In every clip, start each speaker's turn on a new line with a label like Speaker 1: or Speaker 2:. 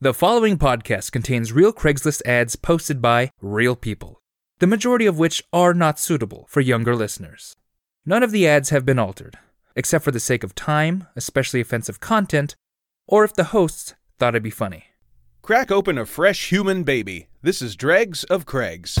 Speaker 1: The following podcast contains real Craigslist ads posted by real people, the majority of which are not suitable for younger listeners. None of the ads have been altered, except for the sake of time, especially offensive content, or if the hosts thought it'd be funny.
Speaker 2: Crack open a fresh human baby. This is Dregs of Craigs.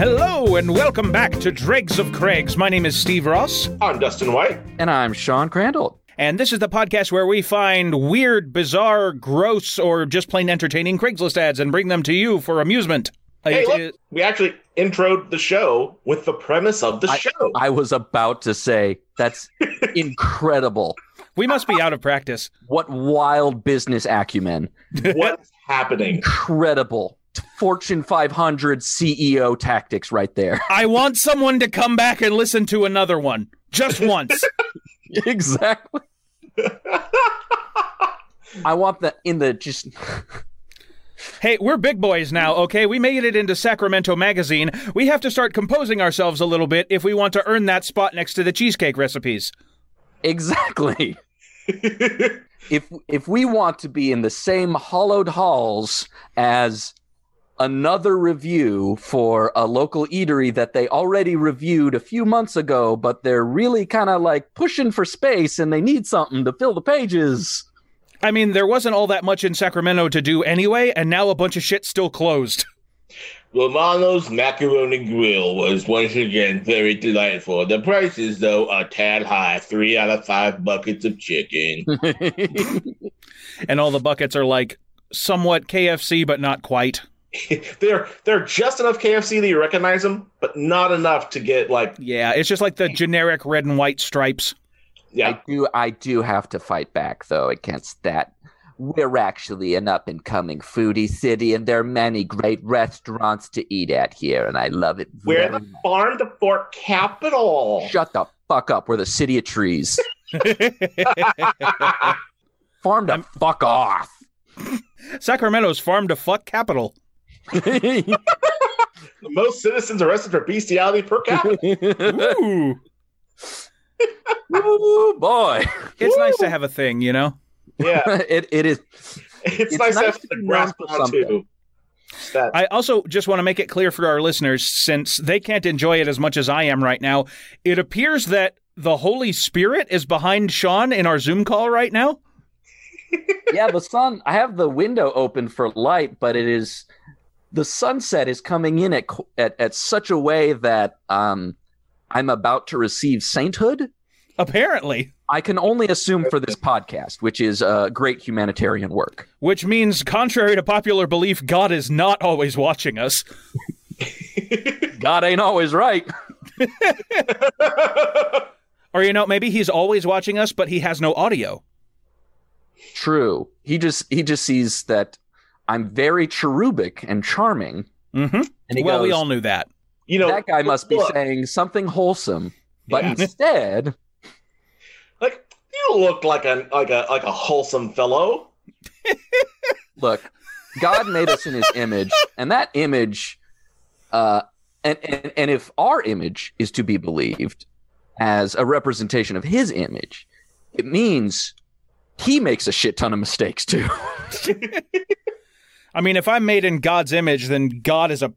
Speaker 2: Hello and welcome back to Dregs of Craigs. My name is Steve Ross,
Speaker 3: I'm Dustin White.
Speaker 4: And I'm Sean Crandall.
Speaker 2: and this is the podcast where we find weird, bizarre, gross, or just plain entertaining Craigslist ads and bring them to you for amusement.
Speaker 3: Hey,
Speaker 2: It
Speaker 3: look,
Speaker 2: is-
Speaker 3: we actually introed the show with the premise of the show.
Speaker 4: I was about to say that's incredible.
Speaker 2: we must be out of practice.
Speaker 4: What wild business acumen.
Speaker 3: What's happening?
Speaker 4: Incredible. Fortune 500 CEO E tactics right there.
Speaker 2: I want someone to come back and listen to another one. Just once.
Speaker 4: exactly. I want that in the just
Speaker 2: hey, we're big boys now, okay? We made it into Sacramento Magazine. We have to start composing ourselves a little bit if we want to earn that spot next to the cheesecake recipes.
Speaker 4: exactly. if if we want to be in the same hollowed halls as another review for a local eatery that they already reviewed a few months ago but they're really kind of like pushing for space and they need something to fill the pages
Speaker 2: I mean, there wasn't all that much in Sacramento to do anyway, and now a bunch of shit's still closed.
Speaker 3: Romano's Macaroni Grill was once again very delightful. The prices, though, are tad high. Three out of five buckets of chicken.
Speaker 2: And all the buckets are like somewhat KFC, but not quite.
Speaker 4: Hmm.
Speaker 3: they're they're just enough KFC that you recognize them, but not enough to get like
Speaker 2: Yeah, it's just like the generic red and white stripes.
Speaker 3: yeah.
Speaker 4: I do I do have to fight back though against that. We're actually an up and coming foodie city and there are many great restaurants to eat at here and I love it.
Speaker 3: We're
Speaker 4: very
Speaker 3: the farm to fork capital.
Speaker 4: Shut the fuck up. We're the city of trees. Farm the fuck off.
Speaker 2: Sacramento's farm to fuck capital.
Speaker 3: The most citizens arrested for bestiality per capita.
Speaker 2: Ooh,
Speaker 4: Ooh, boy.
Speaker 2: it's nice to have a thing, you know?
Speaker 3: yeah,
Speaker 4: it, it is.
Speaker 3: it's,
Speaker 4: It's
Speaker 3: nice, to
Speaker 4: nice
Speaker 3: have
Speaker 4: to
Speaker 3: the
Speaker 4: be
Speaker 3: grasp
Speaker 4: known for
Speaker 3: on too.
Speaker 4: something.
Speaker 3: That
Speaker 2: I also just want to make it clear for our listeners, since they can't enjoy it as much as I am right now, it appears that the Holy Spirit is behind Sean in our Zoom call right now.
Speaker 4: Yeah, the sun. I have the window open for light, but it is the sunset is coming in at qu- at, at such a way that um, I'm about to receive sainthood.
Speaker 2: Apparently,
Speaker 4: I can only assume for this podcast, which is uh, great humanitarian work.
Speaker 2: which means, contrary to popular belief, God is not always watching us.
Speaker 4: God ain't always right.
Speaker 2: Or, you know, maybe he's always watching us, but he has no audio.
Speaker 4: True. He just he just sees that I'm very cherubic and charming,
Speaker 2: Mm-hmm.
Speaker 4: and he
Speaker 2: well,
Speaker 4: goes,
Speaker 2: we all knew that.
Speaker 3: you know
Speaker 4: "That guy must be
Speaker 3: look,
Speaker 4: saying something wholesome." But
Speaker 3: Yeah.
Speaker 4: instead,
Speaker 3: like you look like a like a like a wholesome fellow.
Speaker 4: look, God made us in His image, and that image, uh, and, and and if our image is to be believed as a representation of His image, it means He makes a shit ton of mistakes too.
Speaker 2: I mean, if I'm made in God's image, then God is a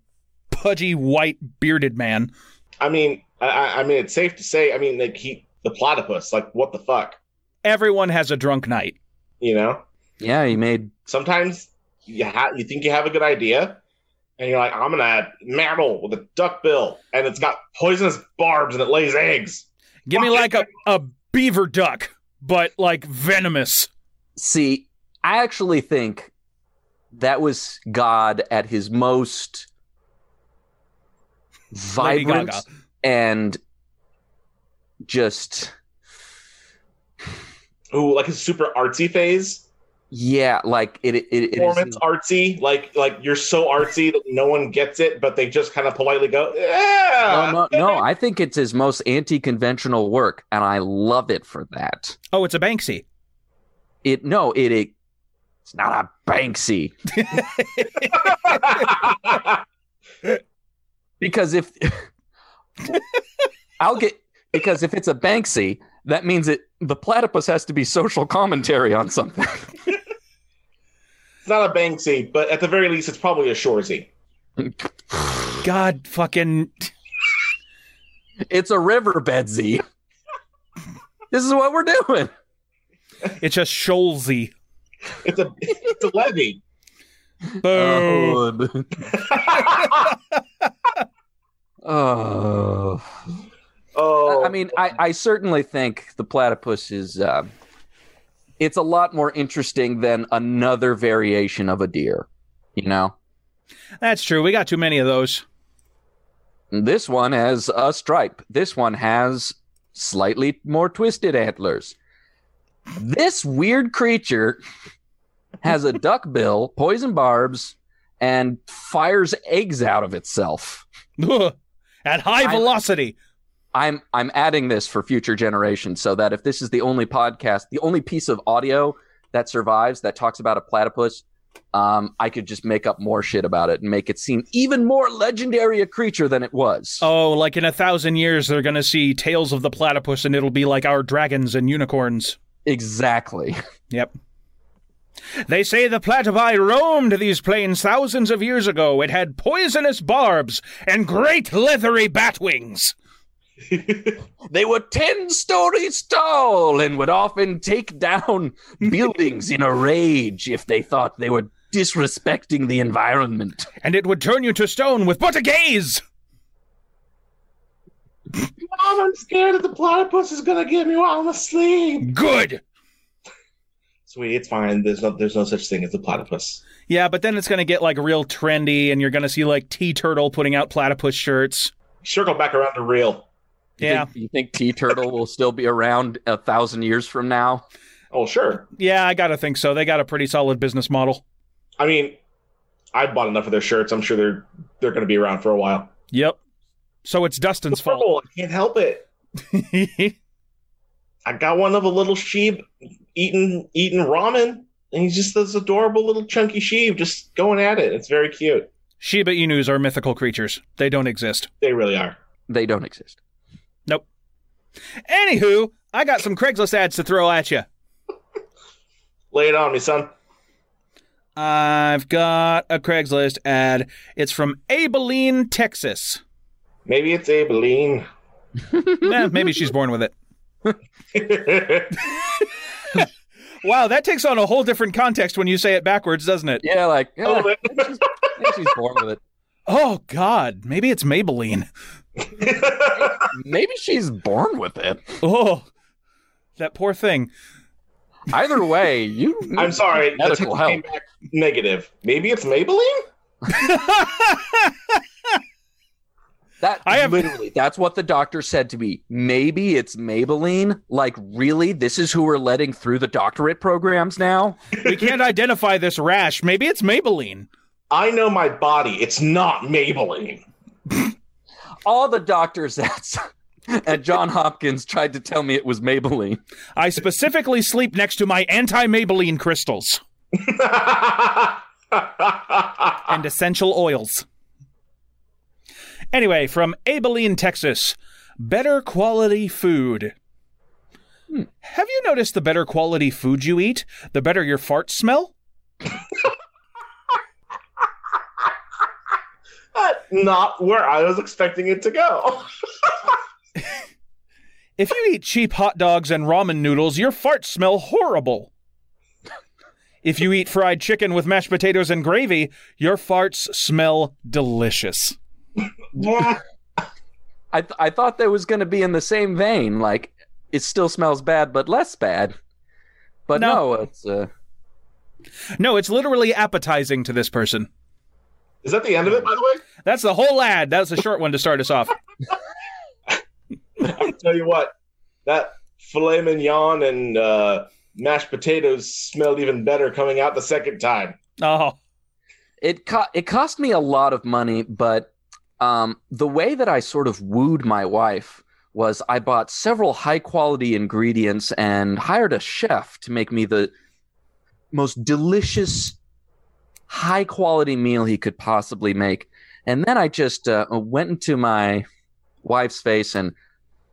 Speaker 2: pudgy, white, bearded man.
Speaker 3: I mean, I- I, I mean, it's safe to say. I mean, like he the platypus. Like what the fuck,
Speaker 2: Everyone has a drunk night.
Speaker 3: you know?
Speaker 4: yeah, He made
Speaker 3: Sometimes you ha- you think you have a good idea, and you're like, I'm gonna add mammal with a duck bill, and it's got poisonous barbs and it lays eggs.
Speaker 2: Give me like a, a beaver duck, but like venomous.
Speaker 4: See, I actually think that was God at his most
Speaker 2: Lady
Speaker 4: vibrant
Speaker 2: Gaga.
Speaker 4: and just
Speaker 3: Ooh, like a super artsy phase.
Speaker 4: yeah, like it. It, it, it
Speaker 3: Performance
Speaker 4: is,
Speaker 3: artsy, like like you're so artsy that no one gets it, but they just kind of politely go, yeah.
Speaker 4: no, no, no. I think it's his most anti-conventional work, and I love it for that.
Speaker 2: Oh, it's a Banksy.
Speaker 4: It no, it, it it's not a Banksy. Because if I'll get because if it's a Banksy, that means it the platypus has to be social commentary on something.
Speaker 3: it's not a Banksy, but at the very least, it's probably a Shorzy.
Speaker 2: God fucking.
Speaker 4: It's a riverbed Z. This is what we're doing.
Speaker 2: It's just Shoalsy.
Speaker 3: It's a it's a levy.
Speaker 2: Boo.
Speaker 4: Oh. oh.
Speaker 3: Oh,
Speaker 4: I mean, I, I certainly think the platypus is. Uh, it's a lot more interesting than another variation of a deer. You know,
Speaker 2: That's true. We got too many of those.
Speaker 4: this one has a stripe. This one has slightly more twisted antlers. This weird creature has a duck bill, poison barbs, and fires eggs out of itself.
Speaker 2: Ugh. At high
Speaker 4: I-
Speaker 2: velocity.
Speaker 4: I'm I'm adding this for future generations so that if this is the only podcast, the only piece of audio that survives that talks about a platypus, um, I could just make up more shit about it and make it seem even more legendary a creature than it was.
Speaker 2: Oh, like in a thousand years, they're going to see Tales of the Platypus and it'll be like our dragons and unicorns.
Speaker 4: Exactly.
Speaker 2: Yep. They say the platypi roamed these plains thousands of years ago. It had poisonous barbs and great leathery bat wings.
Speaker 4: They were ten stories tall and would often take down buildings in a rage if they thought they were disrespecting the environment.
Speaker 2: And it would turn you to stone with but a gaze.
Speaker 3: Mom, Oh, I'm scared that the platypus is gonna get me while I'm asleep.
Speaker 2: Good.
Speaker 3: Sweetie, it's fine. There's no there's no such thing as a platypus.
Speaker 2: Yeah, but then it's going to get like real trendy and you're going to see like T Turtle putting out platypus shirts.
Speaker 3: Circle back around to real.
Speaker 4: You
Speaker 2: Yeah.
Speaker 4: think- you think T Turtle will still be around a thousand years from now?
Speaker 3: Oh, sure.
Speaker 2: Yeah, I got to think so. They got a pretty solid business model.
Speaker 3: I mean, I bought enough of their shirts. I'm sure they're they're gonna be around for a while.
Speaker 2: Yep. So it's Dustin's
Speaker 3: It's purple. I can't help it.
Speaker 2: fault.
Speaker 3: I got one of a little sheep eating eating ramen, and he's just this adorable little chunky sheep just going at it. It's very cute.
Speaker 2: Shiba Inus are mythical creatures. They don't exist.
Speaker 3: They really are.
Speaker 4: they don't exist.
Speaker 2: Anywho, I got some Craigslist ads to throw at you.
Speaker 3: Lay it on me, son.
Speaker 2: I've got a Craigslist ad. It's from Abilene, Texas.
Speaker 3: Maybe it's Abilene.
Speaker 2: Eh, maybe she's born with it. Wow, that takes on a whole different context when you say it backwards, doesn't it?
Speaker 4: Yeah, like yeah,
Speaker 3: Oh, man.
Speaker 4: I think she's, I think she's born with it.
Speaker 2: Oh, God. Maybe it's Maybelline.
Speaker 4: Maybe she's born with it.
Speaker 2: Oh, that poor thing.
Speaker 4: Either way, you.
Speaker 3: I'm sorry. The
Speaker 4: Medical
Speaker 3: text
Speaker 4: help.
Speaker 3: came back negative. Maybe it's Maybelline?
Speaker 4: That
Speaker 2: I have-
Speaker 4: literally. That's what the doctor said to me. Maybe it's Maybelline. Like, really? This is who we're letting through the doctorate programs now?
Speaker 2: We can't identify this rash. Maybe it's Maybelline.
Speaker 3: I know my body. It's not Maybelline.
Speaker 4: All the doctors at at John Hopkins tried to tell me it was Maybelline.
Speaker 2: I specifically sleep next to my anti Maybelline crystals and essential oils. Anyway, from Abilene, Texas, better quality food. Have you noticed the better quality food you eat, the better your farts smell?
Speaker 3: not where I was expecting it to go.
Speaker 2: If you eat cheap hot dogs and ramen noodles, your farts smell horrible. If you eat fried chicken with mashed potatoes and gravy, your farts smell delicious.
Speaker 4: I th- I thought that was going to be in the same vein. Like, it still smells bad, but less bad. But
Speaker 2: No.
Speaker 4: no, it's. Uh,
Speaker 2: No, it's literally appetizing to this person.
Speaker 3: Is that the end of it, by the way?
Speaker 2: That's the whole ad. That's a short one to start us off.
Speaker 3: I'll tell you what, that filet mignon and uh, mashed potatoes smelled even better coming out the second time.
Speaker 2: Oh,
Speaker 4: it co- it cost me a lot of money, but um, the way that I sort of wooed my wife was I bought several high quality ingredients and hired a chef to make me the most delicious, high quality meal he could possibly make. And then I just uh, went into my wife's face and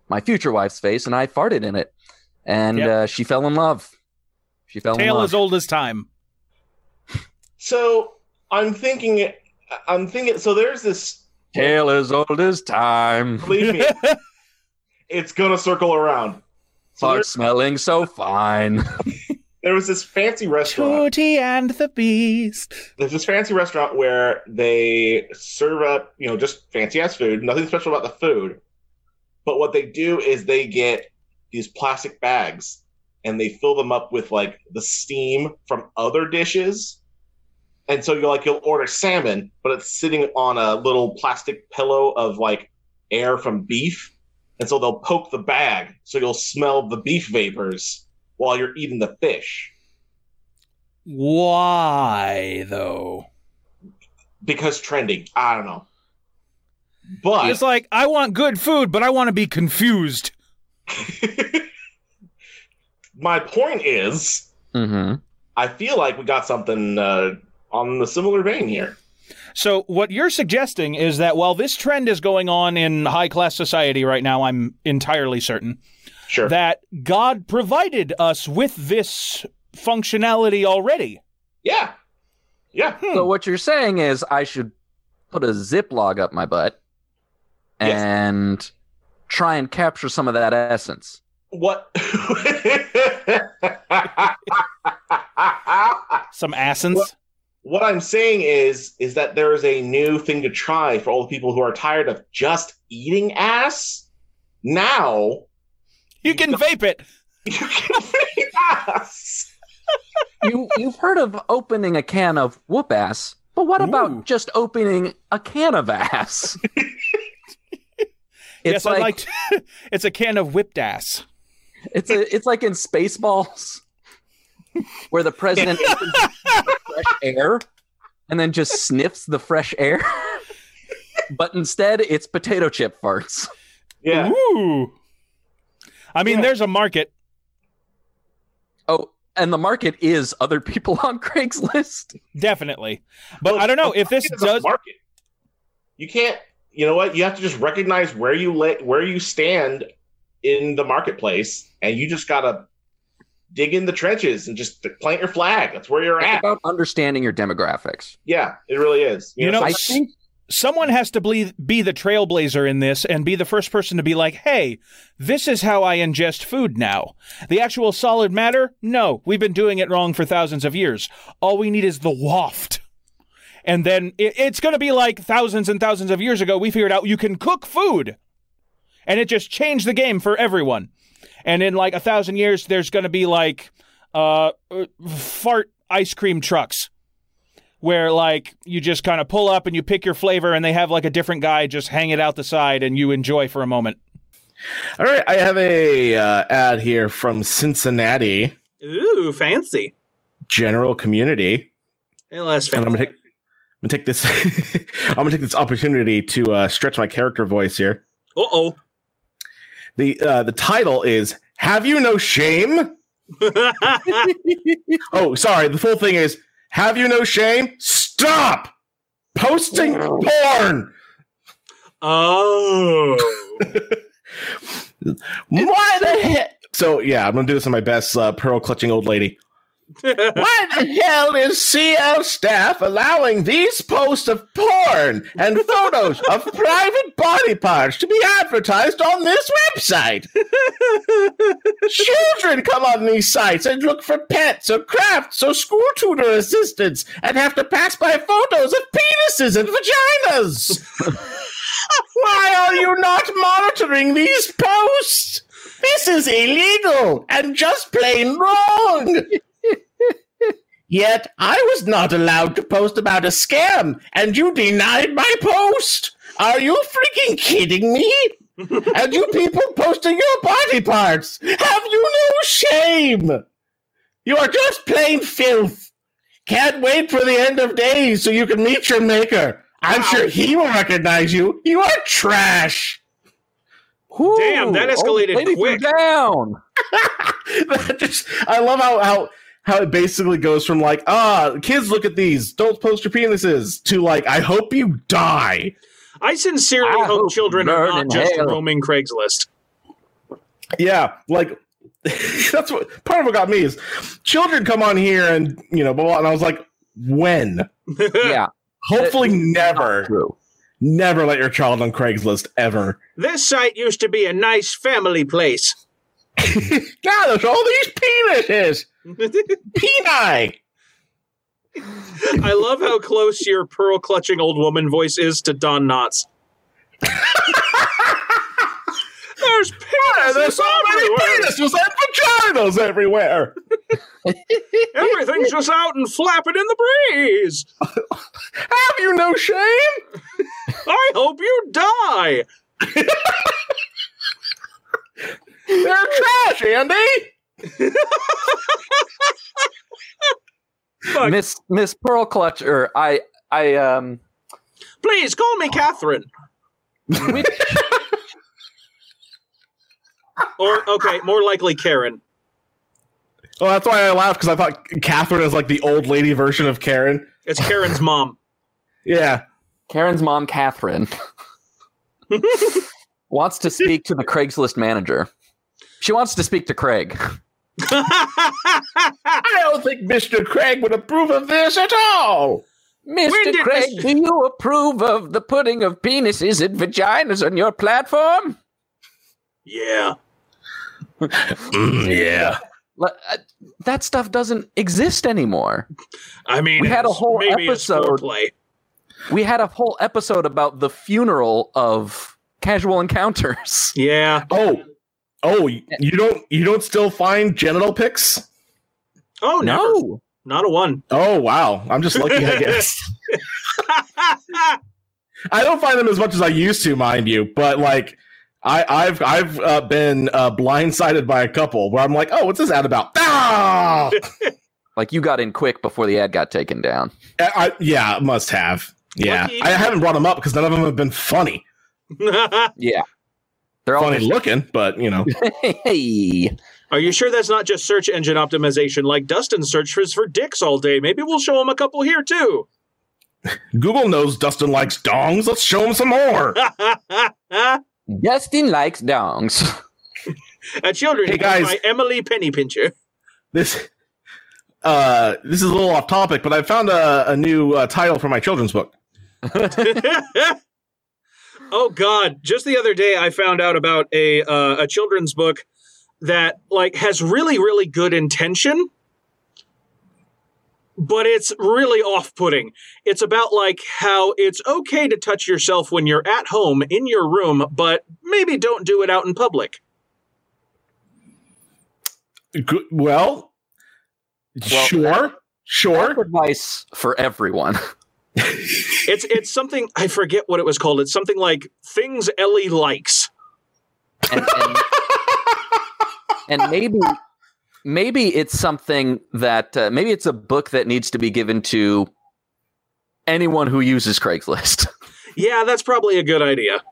Speaker 4: my future wife's face, and I farted in it, and
Speaker 2: Yep.
Speaker 4: uh, she fell in love. She fell in
Speaker 2: tale
Speaker 4: love.
Speaker 2: as old as time.
Speaker 3: So I'm thinking, I'm thinking. So there's this.
Speaker 4: Tale as old as time.
Speaker 3: Believe me, it's gonna circle around. So
Speaker 4: Fart
Speaker 3: there's-
Speaker 4: smelling so fine.
Speaker 3: there was this fancy restaurant.
Speaker 2: Tootie and the Beast.
Speaker 3: there's this fancy restaurant where they serve up, you know, just fancy ass food, nothing special about the food. But what they do is they get these plastic bags and they fill them up with like the steam from other dishes. And so you're like, you'll order salmon, but it's sitting on a little plastic pillow of like air from beef. And so they'll poke the bag so you'll smell the beef vapors while you're eating the fish
Speaker 2: Why though?
Speaker 3: because trending. I don't know. But
Speaker 2: It's like I want good food, but I want to be confused.
Speaker 3: my point is,
Speaker 4: hmm
Speaker 3: I feel like we got something uh, on the similar vein here.
Speaker 2: So what you're suggesting is that while this trend is going on in high class society right now, I'm entirely certain
Speaker 3: Sure.
Speaker 2: that God provided us with this functionality already.
Speaker 3: yeah. Yeah.
Speaker 4: So what you're saying is I should put a Ziploc up my butt
Speaker 3: Yes.
Speaker 4: and try and capture some of that essence.
Speaker 3: What?
Speaker 2: Some assins.
Speaker 3: Well- what I'm saying is, is that there is a new thing to try for all the people who are tired of just eating ass. Now
Speaker 2: You can vape it.
Speaker 3: you can eat ass.
Speaker 4: You you've heard of opening a can of whoop ass, but what about
Speaker 2: Ooh.
Speaker 4: just opening a can of ass?
Speaker 2: yes, I liked. it's a can of whipped ass.
Speaker 4: It's a, it's like in Spaceballs, where the president opens the fresh air and then just sniffs the fresh air. But instead, it's potato chip farts.
Speaker 3: Yeah.
Speaker 2: Ooh. I mean,
Speaker 3: Yeah.
Speaker 2: there's a market.
Speaker 4: Oh, and the market is other people on Craigslist.
Speaker 2: Definitely. But
Speaker 3: Look,
Speaker 2: I don't know
Speaker 3: the
Speaker 2: if this
Speaker 3: market is a
Speaker 2: does.
Speaker 3: market. You can't. You know what? You have to just recognize where you let where you stand in the marketplace, and you just gotta dig in the trenches and just plant your flag. That's where you're
Speaker 4: It's
Speaker 3: at.
Speaker 4: about understanding your demographics.
Speaker 3: Yeah, it really is.
Speaker 2: You know,
Speaker 4: I
Speaker 2: s-
Speaker 4: think
Speaker 2: someone has to be, be the trailblazer in this and be the first person to be like, hey, this is how I ingest food now. The actual solid matter? No, we've been doing it wrong for thousands of years. All we need is the waft. And then it, it's going to be like thousands and thousands of years ago, we figured out you can cook food. And it just changed the game for everyone. And in like a thousand years, there's going to be like uh, uh, fart ice cream trucks where like you just kind of pull up and you pick your flavor and they have like a different guy just hang it out the side and you enjoy for a moment.
Speaker 5: All right, I have a uh, ad here from Cincinnati
Speaker 6: Ooh, fancy.
Speaker 5: General Community,
Speaker 6: LS
Speaker 5: and I'm
Speaker 6: fancy.
Speaker 5: gonna take, I'm gonna take this. I'm gonna take this opportunity to uh, stretch my character voice here.
Speaker 6: Uh oh.
Speaker 5: the uh, The title is "Have You No Shame." Oh, sorry. The full thing is "Have You No Shame." Stop posting porn.
Speaker 6: oh.
Speaker 5: Why the hell? So yeah, I'm gonna do this in my best uh, pearl clutching old lady. Why the hell is CL staff allowing these posts of porn and photos of private body parts to be advertised on this website? Children come on these sites and look for pets or crafts or school tutor assistants and have to pass by photos of penises and vaginas. Why are you not monitoring these posts? This is illegal and just plain wrong. Yet I was not allowed to post about a scam, and you denied my post. Are you freaking kidding me? and you people posting your body parts. Have you no shame?
Speaker 3: You are just plain filth. Can't wait for the end of days so you can meet your maker. I'm sure he will recognize you. You are trash.
Speaker 6: Damn, that
Speaker 4: Ooh, old
Speaker 6: escalated
Speaker 4: oh, lady threw
Speaker 6: quick.
Speaker 4: Down.
Speaker 3: That just, I love how, how how it basically goes from like, ah, kids look at these, don't post your penises, to like, I hope you die.
Speaker 6: I sincerely
Speaker 4: I
Speaker 6: hope
Speaker 4: hope
Speaker 6: children are
Speaker 4: burn
Speaker 6: not
Speaker 4: in
Speaker 6: just
Speaker 4: hell.
Speaker 6: roaming Craigslist.
Speaker 3: Yeah, like that's what part of what got me is children come on here and you know blah blah, and I was like, when?
Speaker 4: Yeah,
Speaker 3: Hopefully, never,
Speaker 4: true.
Speaker 3: never let your child on Craigslist ever.
Speaker 6: This site used to be a nice family place.
Speaker 3: God, there's all these penises,
Speaker 6: I
Speaker 3: peni.
Speaker 6: love how close your pearl clutching old woman voice is to Don Knotts. There's
Speaker 3: And there's
Speaker 6: penises
Speaker 3: so many
Speaker 6: everywhere.
Speaker 3: penises and vaginas everywhere.
Speaker 6: Everything's just out and flapping in the breeze.
Speaker 3: Have you no shame?
Speaker 6: I hope you die.
Speaker 3: They're trash, Andy.
Speaker 6: Fuck.
Speaker 4: Miss Miss Pearl Clutcher, I I um
Speaker 6: Please call me Catherine.
Speaker 4: which,
Speaker 6: Or, okay, more likely Karen.
Speaker 3: Well, that's why I laughed because I thought Catherine is like the old lady version of Karen.
Speaker 6: It's Karen's mom.
Speaker 3: Yeah,
Speaker 4: Karen's mom, Catherine, wants to speak to the Craigslist manager. She wants to speak to Craig.
Speaker 3: I don't think Mister Craig would approve of this at all.
Speaker 4: Mr.
Speaker 6: did
Speaker 4: Craig,
Speaker 6: Mr.
Speaker 4: do you approve of the putting of penises and vaginas on your platform?
Speaker 6: yeah.
Speaker 3: Mm, yeah.
Speaker 4: Le- uh, That stuff doesn't exist anymore.
Speaker 6: I mean,
Speaker 4: We had a
Speaker 6: it's-
Speaker 4: whole
Speaker 6: maybe it's
Speaker 4: episode.
Speaker 6: foreplay.
Speaker 4: We had a whole episode about the funeral of casual encounters.
Speaker 6: Yeah.
Speaker 3: Oh, oh, you don't you don't still find genital pics?
Speaker 6: Oh, no. Not a one.
Speaker 3: Oh wow, I'm just lucky, I guess. I don't find them as much as I used to, mind you, but like. I, I've I've uh, been uh, blindsided by a couple where I'm like, oh, what's this ad about? Ah!
Speaker 4: Like you got in quick before the ad got taken down.
Speaker 3: I, I- yeah, must have. Yeah,
Speaker 6: Lucky.
Speaker 3: I haven't brought them up because none of them have been funny,
Speaker 4: Yeah. They're all
Speaker 3: funny looking, but you know,
Speaker 4: hey.
Speaker 6: Are you sure that's not just search engine optimization like Dustin searches for dicks all day? Maybe we'll show him a couple here too.
Speaker 3: Google knows Dustin likes dongs. Let's show him some more.
Speaker 6: At
Speaker 4: Justin likes dongs.
Speaker 6: children
Speaker 3: Hey,
Speaker 6: you can
Speaker 3: guys.
Speaker 6: buy Emily Penny Pincher.
Speaker 3: this uh this is a little off topic but i found a, a new uh, title for my children's book
Speaker 6: oh God! Just the other day, I found out about a uh, a children's book that like has really really good intention, but it's really off putting. It's about like how it's okay to touch yourself when you're at home in your room, but maybe don't do it out in public.
Speaker 3: G- well, sure sure
Speaker 4: Advice for everyone.
Speaker 6: It's it's something I forget what it was called. It's something like things Ellie likes.
Speaker 4: and, and, and maybe maybe it's something that uh, maybe it's a book that needs to be given to anyone who uses Craigslist.
Speaker 6: Yeah, that's probably a good idea.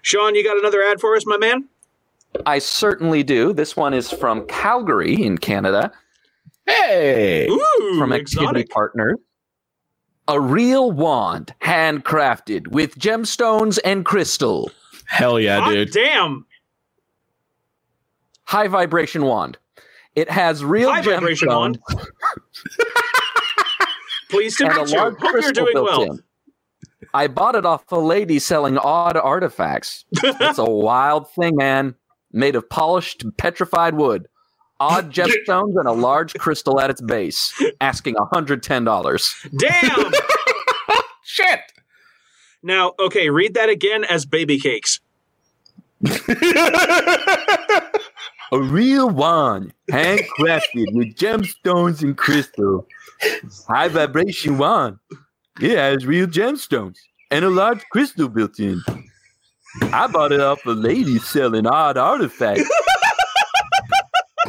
Speaker 6: Sean, you got another ad for us, my man?
Speaker 4: I certainly do. This one is from Calgary in Canada
Speaker 3: hey
Speaker 6: Ooh,
Speaker 4: from Activity
Speaker 6: exotic.
Speaker 4: Partners. A real wand, handcrafted with gemstones and crystal.
Speaker 3: hell yeah
Speaker 6: Hot
Speaker 3: dude
Speaker 6: damn.
Speaker 4: High vibration wand. It has real
Speaker 6: High vibration
Speaker 4: gemstones
Speaker 6: wand. Pleased to
Speaker 4: and a
Speaker 6: meet you.
Speaker 4: large
Speaker 6: Hope you're
Speaker 4: crystal
Speaker 6: doing
Speaker 4: built
Speaker 6: well.
Speaker 4: in. I bought it off a lady selling odd artifacts. it's a wild thing, man. Made of polished, petrified wood, odd gemstones, and a large crystal at its base. Asking $110.
Speaker 6: Damn.
Speaker 3: shit
Speaker 6: now, okay, read that again as baby cakes.
Speaker 4: A real wand, handcrafted with gemstones and crystal. High vibration wand. It has real gemstones and a large crystal built in. I bought it off a lady selling odd artifacts.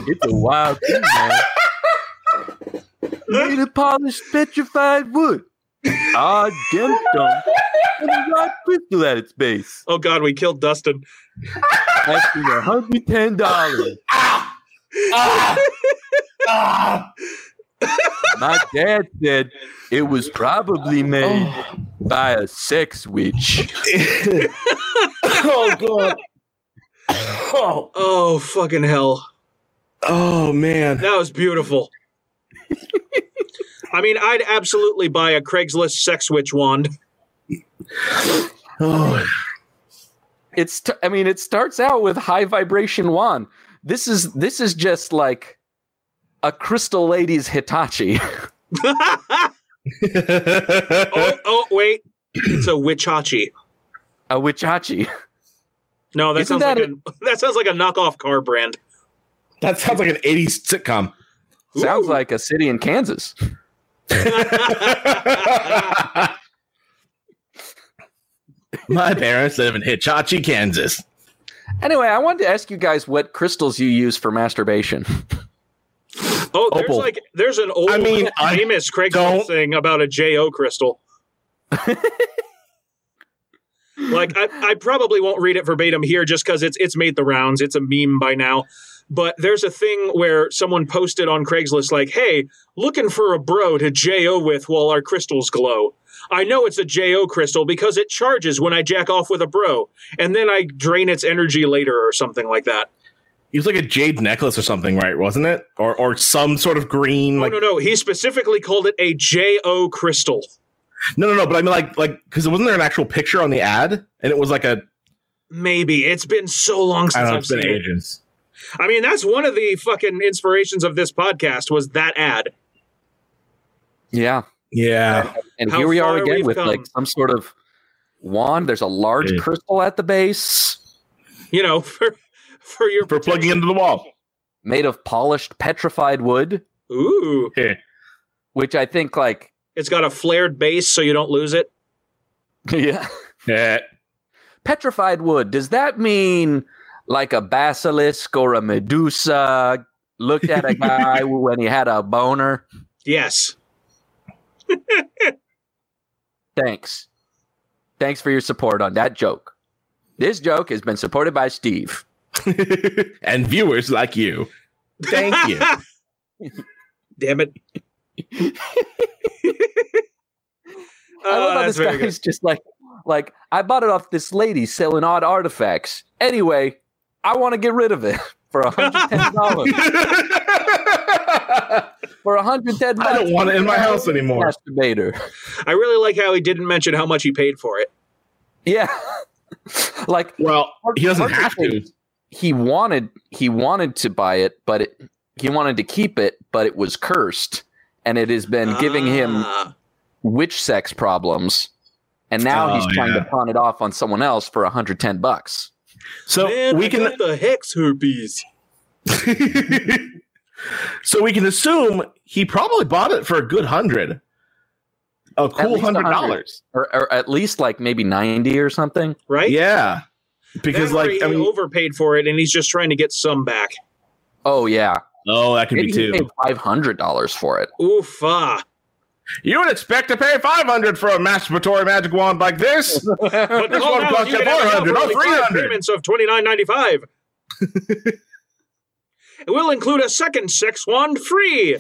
Speaker 4: it's a wild thing, man. made of polished petrified wood. Odd gemstone with a large crystal at its base,
Speaker 6: Oh God, we killed Dustin.
Speaker 4: asking $110.
Speaker 7: Ah! ah!
Speaker 4: My dad said it was probably made by a sex witch.
Speaker 7: oh god. Oh,
Speaker 6: Oh fucking hell.
Speaker 3: Oh man.
Speaker 6: That was beautiful. I mean, I'd absolutely buy a Craigslist sex witch wand.
Speaker 3: Oh.
Speaker 4: It's t- I mean it starts out with high vibration wand. This is this is just like a crystal lady's Hitachi.
Speaker 6: oh, oh, wait. It's a witchachi.
Speaker 4: A witchachi.
Speaker 6: No, that
Speaker 4: Isn't
Speaker 6: sounds like
Speaker 4: that
Speaker 6: a that sounds like a knockoff car brand.
Speaker 3: That sounds like an 80s sitcom.
Speaker 4: Sounds
Speaker 6: Ooh.
Speaker 4: like a city in Kansas.
Speaker 3: My parents live in Hitchachi, Kansas.
Speaker 4: Anyway, I wanted to ask you guys what crystals you use for masturbation.
Speaker 6: Oh, there's
Speaker 3: Opal.
Speaker 6: like there's an old
Speaker 3: I mean, I
Speaker 6: famous Craigslist
Speaker 3: don't-
Speaker 6: thing about a JO crystal. like I, I probably won't read it verbatim here just because it's it's made the rounds. It's a meme by now. But there's a thing where someone posted on Craigslist like, hey, looking for a bro to JO with while our crystals glow. I know it's a JO crystal because it charges when I jack off with a bro, and then I drain its energy later or something like that.
Speaker 3: It was like a jade necklace or something, right? Wasn't it? Or or some sort of green, like
Speaker 6: oh, no, no, no. He specifically called it a JO crystal.
Speaker 3: no, no, no. But I mean, like, like because wasn't there an actual picture on the ad, and it was like a
Speaker 6: Maybe it's been so long
Speaker 3: I
Speaker 6: since
Speaker 3: don't know,
Speaker 6: I've
Speaker 3: it's
Speaker 6: seen
Speaker 3: been
Speaker 6: it.
Speaker 3: ages.
Speaker 6: I mean, that's one of the fucking inspirations of this podcast was that ad.
Speaker 4: Yeah.
Speaker 3: Yeah,
Speaker 4: And
Speaker 6: How
Speaker 4: here we are
Speaker 6: far
Speaker 4: again
Speaker 6: we've
Speaker 4: with
Speaker 6: come.
Speaker 4: like some sort of wand. There's a large
Speaker 3: Yeah.
Speaker 4: crystal at the base
Speaker 6: You know, for for your
Speaker 3: for plugging into the wall.
Speaker 4: made of polished petrified wood,
Speaker 6: ooh,
Speaker 4: which I think like
Speaker 6: it's got a flared base so you don't lose it.
Speaker 4: yeah.
Speaker 3: Yeah,
Speaker 4: Petrified wood. Does that mean like a basilisk or a medusa looked at a guy when he had a boner?
Speaker 6: Yes,
Speaker 4: Thanks. Thanks for your support on that joke. This joke has been supported by Steve.
Speaker 3: and viewers like you. Thank you.
Speaker 6: Damn it.
Speaker 4: I love
Speaker 3: Oh,
Speaker 6: Ah,
Speaker 4: how
Speaker 6: that's
Speaker 4: this
Speaker 6: very
Speaker 4: guy
Speaker 6: good.
Speaker 4: is just like, like I bought it off this lady selling odd artifacts. Anyway, I want to get rid of it for hundred ten dollars. for hundred ten
Speaker 3: I
Speaker 4: dollars,
Speaker 3: don't want it in my house anymore.
Speaker 4: masturbator.
Speaker 6: I really like how he didn't mention how much he paid for it.
Speaker 4: Yeah, like
Speaker 3: Well, he doesn't have to.
Speaker 4: he wanted he wanted to buy it, but it, he wanted to keep it, but it was cursed, and it has been giving him
Speaker 6: Ah.
Speaker 4: witch sex problems. And now
Speaker 3: Oh,
Speaker 4: he's trying
Speaker 3: yeah.
Speaker 4: to pawn it off on someone else for 110 bucks.
Speaker 3: So
Speaker 6: Man,
Speaker 3: we
Speaker 6: I
Speaker 3: can
Speaker 6: got the hex herpes.
Speaker 3: so we can assume he probably bought it for a good hundred. A cool
Speaker 4: least a
Speaker 3: hundred
Speaker 4: hundred.
Speaker 3: dollars.
Speaker 4: or, or at least like maybe 90 or something.
Speaker 6: Right?
Speaker 3: Yeah. Because
Speaker 6: That or
Speaker 3: like I
Speaker 6: he
Speaker 3: mean
Speaker 6: overpaid for it and he's just trying to get some back.
Speaker 4: Oh yeah,
Speaker 3: Oh, that could
Speaker 4: maybe
Speaker 3: be
Speaker 4: he
Speaker 3: two.
Speaker 4: paid five hundred dollars for it.
Speaker 6: Oof ah.
Speaker 3: You would expect to pay five hundred for a masturbatory magic wand like this.
Speaker 6: But
Speaker 3: This
Speaker 6: call
Speaker 3: one
Speaker 6: now
Speaker 3: cost you
Speaker 6: and can have it out
Speaker 3: 400,
Speaker 6: for
Speaker 3: not
Speaker 6: only five
Speaker 3: 300.
Speaker 6: Payments of twenty nine ninety five. We'll include a second sex wand free.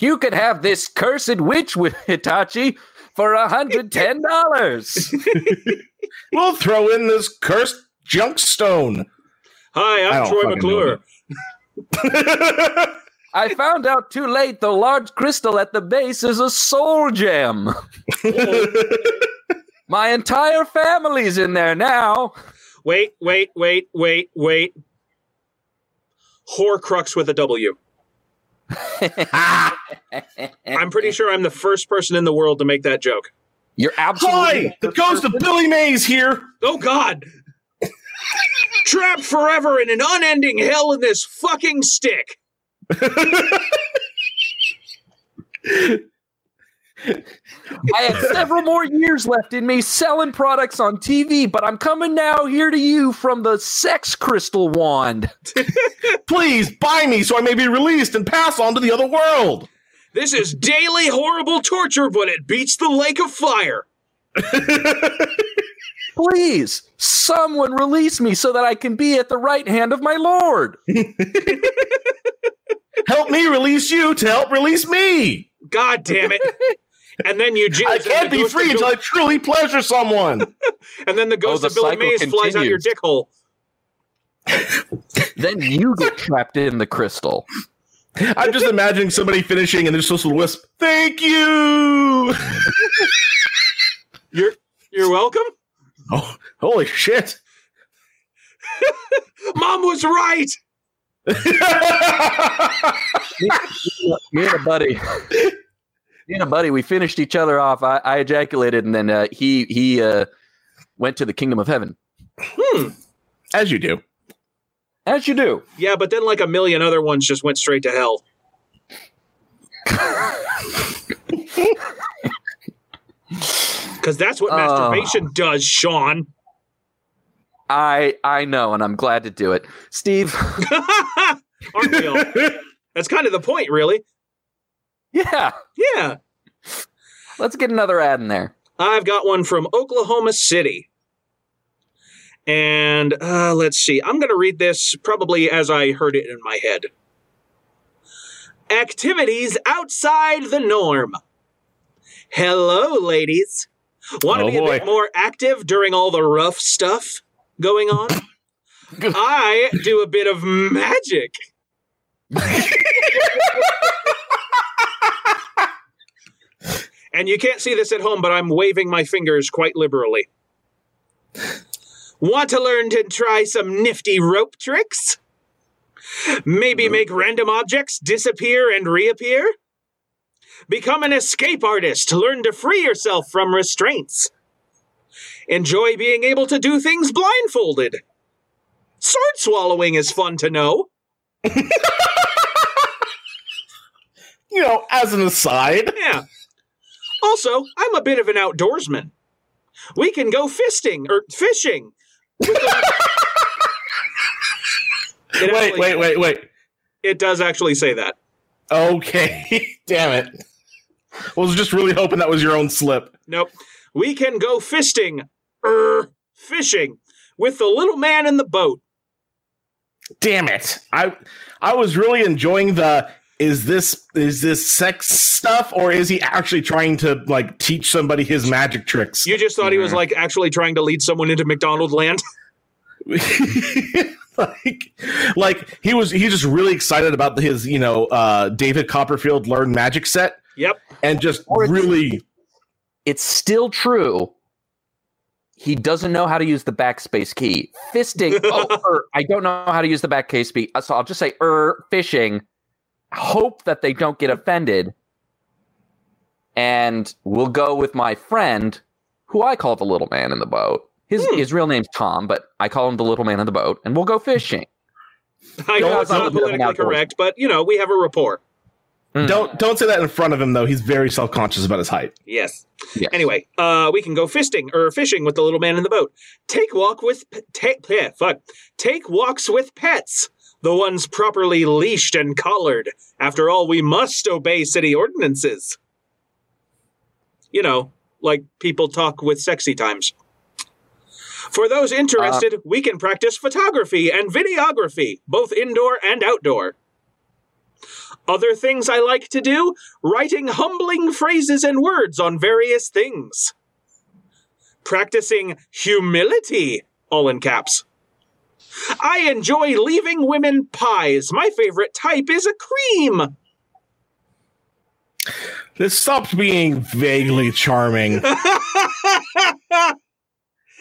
Speaker 4: You could have this cursed witch with Hitachi for hundred ten dollars.
Speaker 3: we'll throw in this cursed junk stone.
Speaker 6: Hi,
Speaker 3: I
Speaker 6: I'm
Speaker 3: don't
Speaker 6: Troy
Speaker 3: fucking know
Speaker 6: McClure.
Speaker 3: it. oh
Speaker 4: I found out too late. The large crystal at the base is a soul gem. My entire family's in there now.
Speaker 6: Wait, wait, wait, wait, wait. Horcrux with a W. I'm pretty sure I'm the first person in the world to make that joke.
Speaker 4: You're absolutely
Speaker 3: Hi, the ghost of Billy Mays here.
Speaker 6: Oh God! Trapped forever in an unending hell in this fucking stick.
Speaker 4: I have several more years left in me selling products on TV, but I'm coming now here to you from the sex crystal wand.
Speaker 3: Please buy me so I may be released and pass on to the other world.
Speaker 6: This is daily horrible torture, but it beats the lake of fire.
Speaker 4: Please, someone release me so that I can be at the right hand of my Lord.
Speaker 3: help me release you to help release me.
Speaker 6: God damn it. And then Eugene.
Speaker 3: I can't be free until I truly pleasure someone.
Speaker 6: And then the ghost
Speaker 4: Oh, the
Speaker 6: of Billy
Speaker 4: cycle
Speaker 6: Mays flies out your
Speaker 4: continues.
Speaker 6: dick hole.
Speaker 4: Then you get trapped in the crystal.
Speaker 3: I'm just imagining somebody finishing and they're supposed to wisp, "Thank you."
Speaker 6: You're you're welcome.
Speaker 3: Oh, holy shit!
Speaker 6: Mom was right.
Speaker 4: Me and a buddy. Me and a buddy, we finished each other off. I, I ejaculated, and then uh, he he uh, went to the kingdom of heaven.
Speaker 3: As you do.
Speaker 4: As you do.
Speaker 6: Yeah, but then like a million other ones just went straight to hell. Because that's what
Speaker 4: Oh.
Speaker 6: masturbation does, Sean.
Speaker 4: I I know, and I'm glad to do it. Steve,
Speaker 6: Aren't we all? That's kind of the point, really.
Speaker 4: yeah,
Speaker 6: Yeah.
Speaker 4: let's get another ad in there.
Speaker 6: I've got one from Oklahoma City. And uh, let's see, I'm going to read this probably as I heard it in my head. Activities outside the norm. Hello, ladies. Want to
Speaker 3: Oh,
Speaker 6: be a
Speaker 3: boy.
Speaker 6: bit more active during all the rough stuff going on? I do a bit of magic. And you can't see this at home, but I'm waving my fingers quite liberally. Want to learn to try some nifty rope tricks?
Speaker 3: Mm-hmm.
Speaker 6: Maybe make random objects disappear and reappear? Become an escape artist. Learn to free yourself from restraints. Enjoy being able to do things blindfolded. Sword swallowing is fun to know.
Speaker 3: You know, as an aside.
Speaker 6: Yeah. Also, I'm a bit of an outdoorsman. We can go fisting or fishing. It
Speaker 3: Wait,
Speaker 6: actually-
Speaker 3: wait, wait, wait.
Speaker 6: It does actually say that.
Speaker 3: Okay, damn it. I was just really hoping that was your own slip.
Speaker 6: Nope. We can go fisting er fishing with the little man in the boat.
Speaker 3: Damn it. I I was really enjoying the is this is this sex stuff or is he actually trying to like teach somebody his magic tricks?
Speaker 6: You just thought he was like actually trying to lead someone into McDonald land.
Speaker 3: like like he was he just really excited about his, you know, uh David Copperfield learn magic set
Speaker 6: Yep.
Speaker 3: and just
Speaker 4: Or it's-
Speaker 3: really
Speaker 4: It's still true. He doesn't know how to use the backspace key. Fisting. oh, er, I don't know how to use the backspace key, uh, so I'll just say er fishing. Hope that they don't get offended, and we'll go with my friend, who I call the little man in the boat. His
Speaker 6: Hmm.
Speaker 4: his real name's Tom, but I call him the little man in the boat, and we'll go fishing.
Speaker 6: I know
Speaker 4: Don't
Speaker 6: it's not
Speaker 4: sound a bit of an
Speaker 6: politically
Speaker 4: outdoorsman.
Speaker 6: correct, but you know, we have a rapport.
Speaker 4: Hmm.
Speaker 3: don't don't say that in front of him though. He's very self-conscious about his height.
Speaker 6: Yes.
Speaker 4: Yes.
Speaker 6: Anyway, uh, we can go fisting or fishing with the little man in the boat. Take walk with p- take yeah, fuck. Take walks with pets. The ones properly leashed and collared. After all, we must obey city ordinances. You know, like people talk with sexy times. For those interested, we can practice photography and videography, both indoor and outdoor. Other things I like to do writing humbling phrases and words on various things, practicing humility, all in caps. I enjoy leaving women pies. My favorite type is a cream.
Speaker 3: This stopped being vaguely charming. like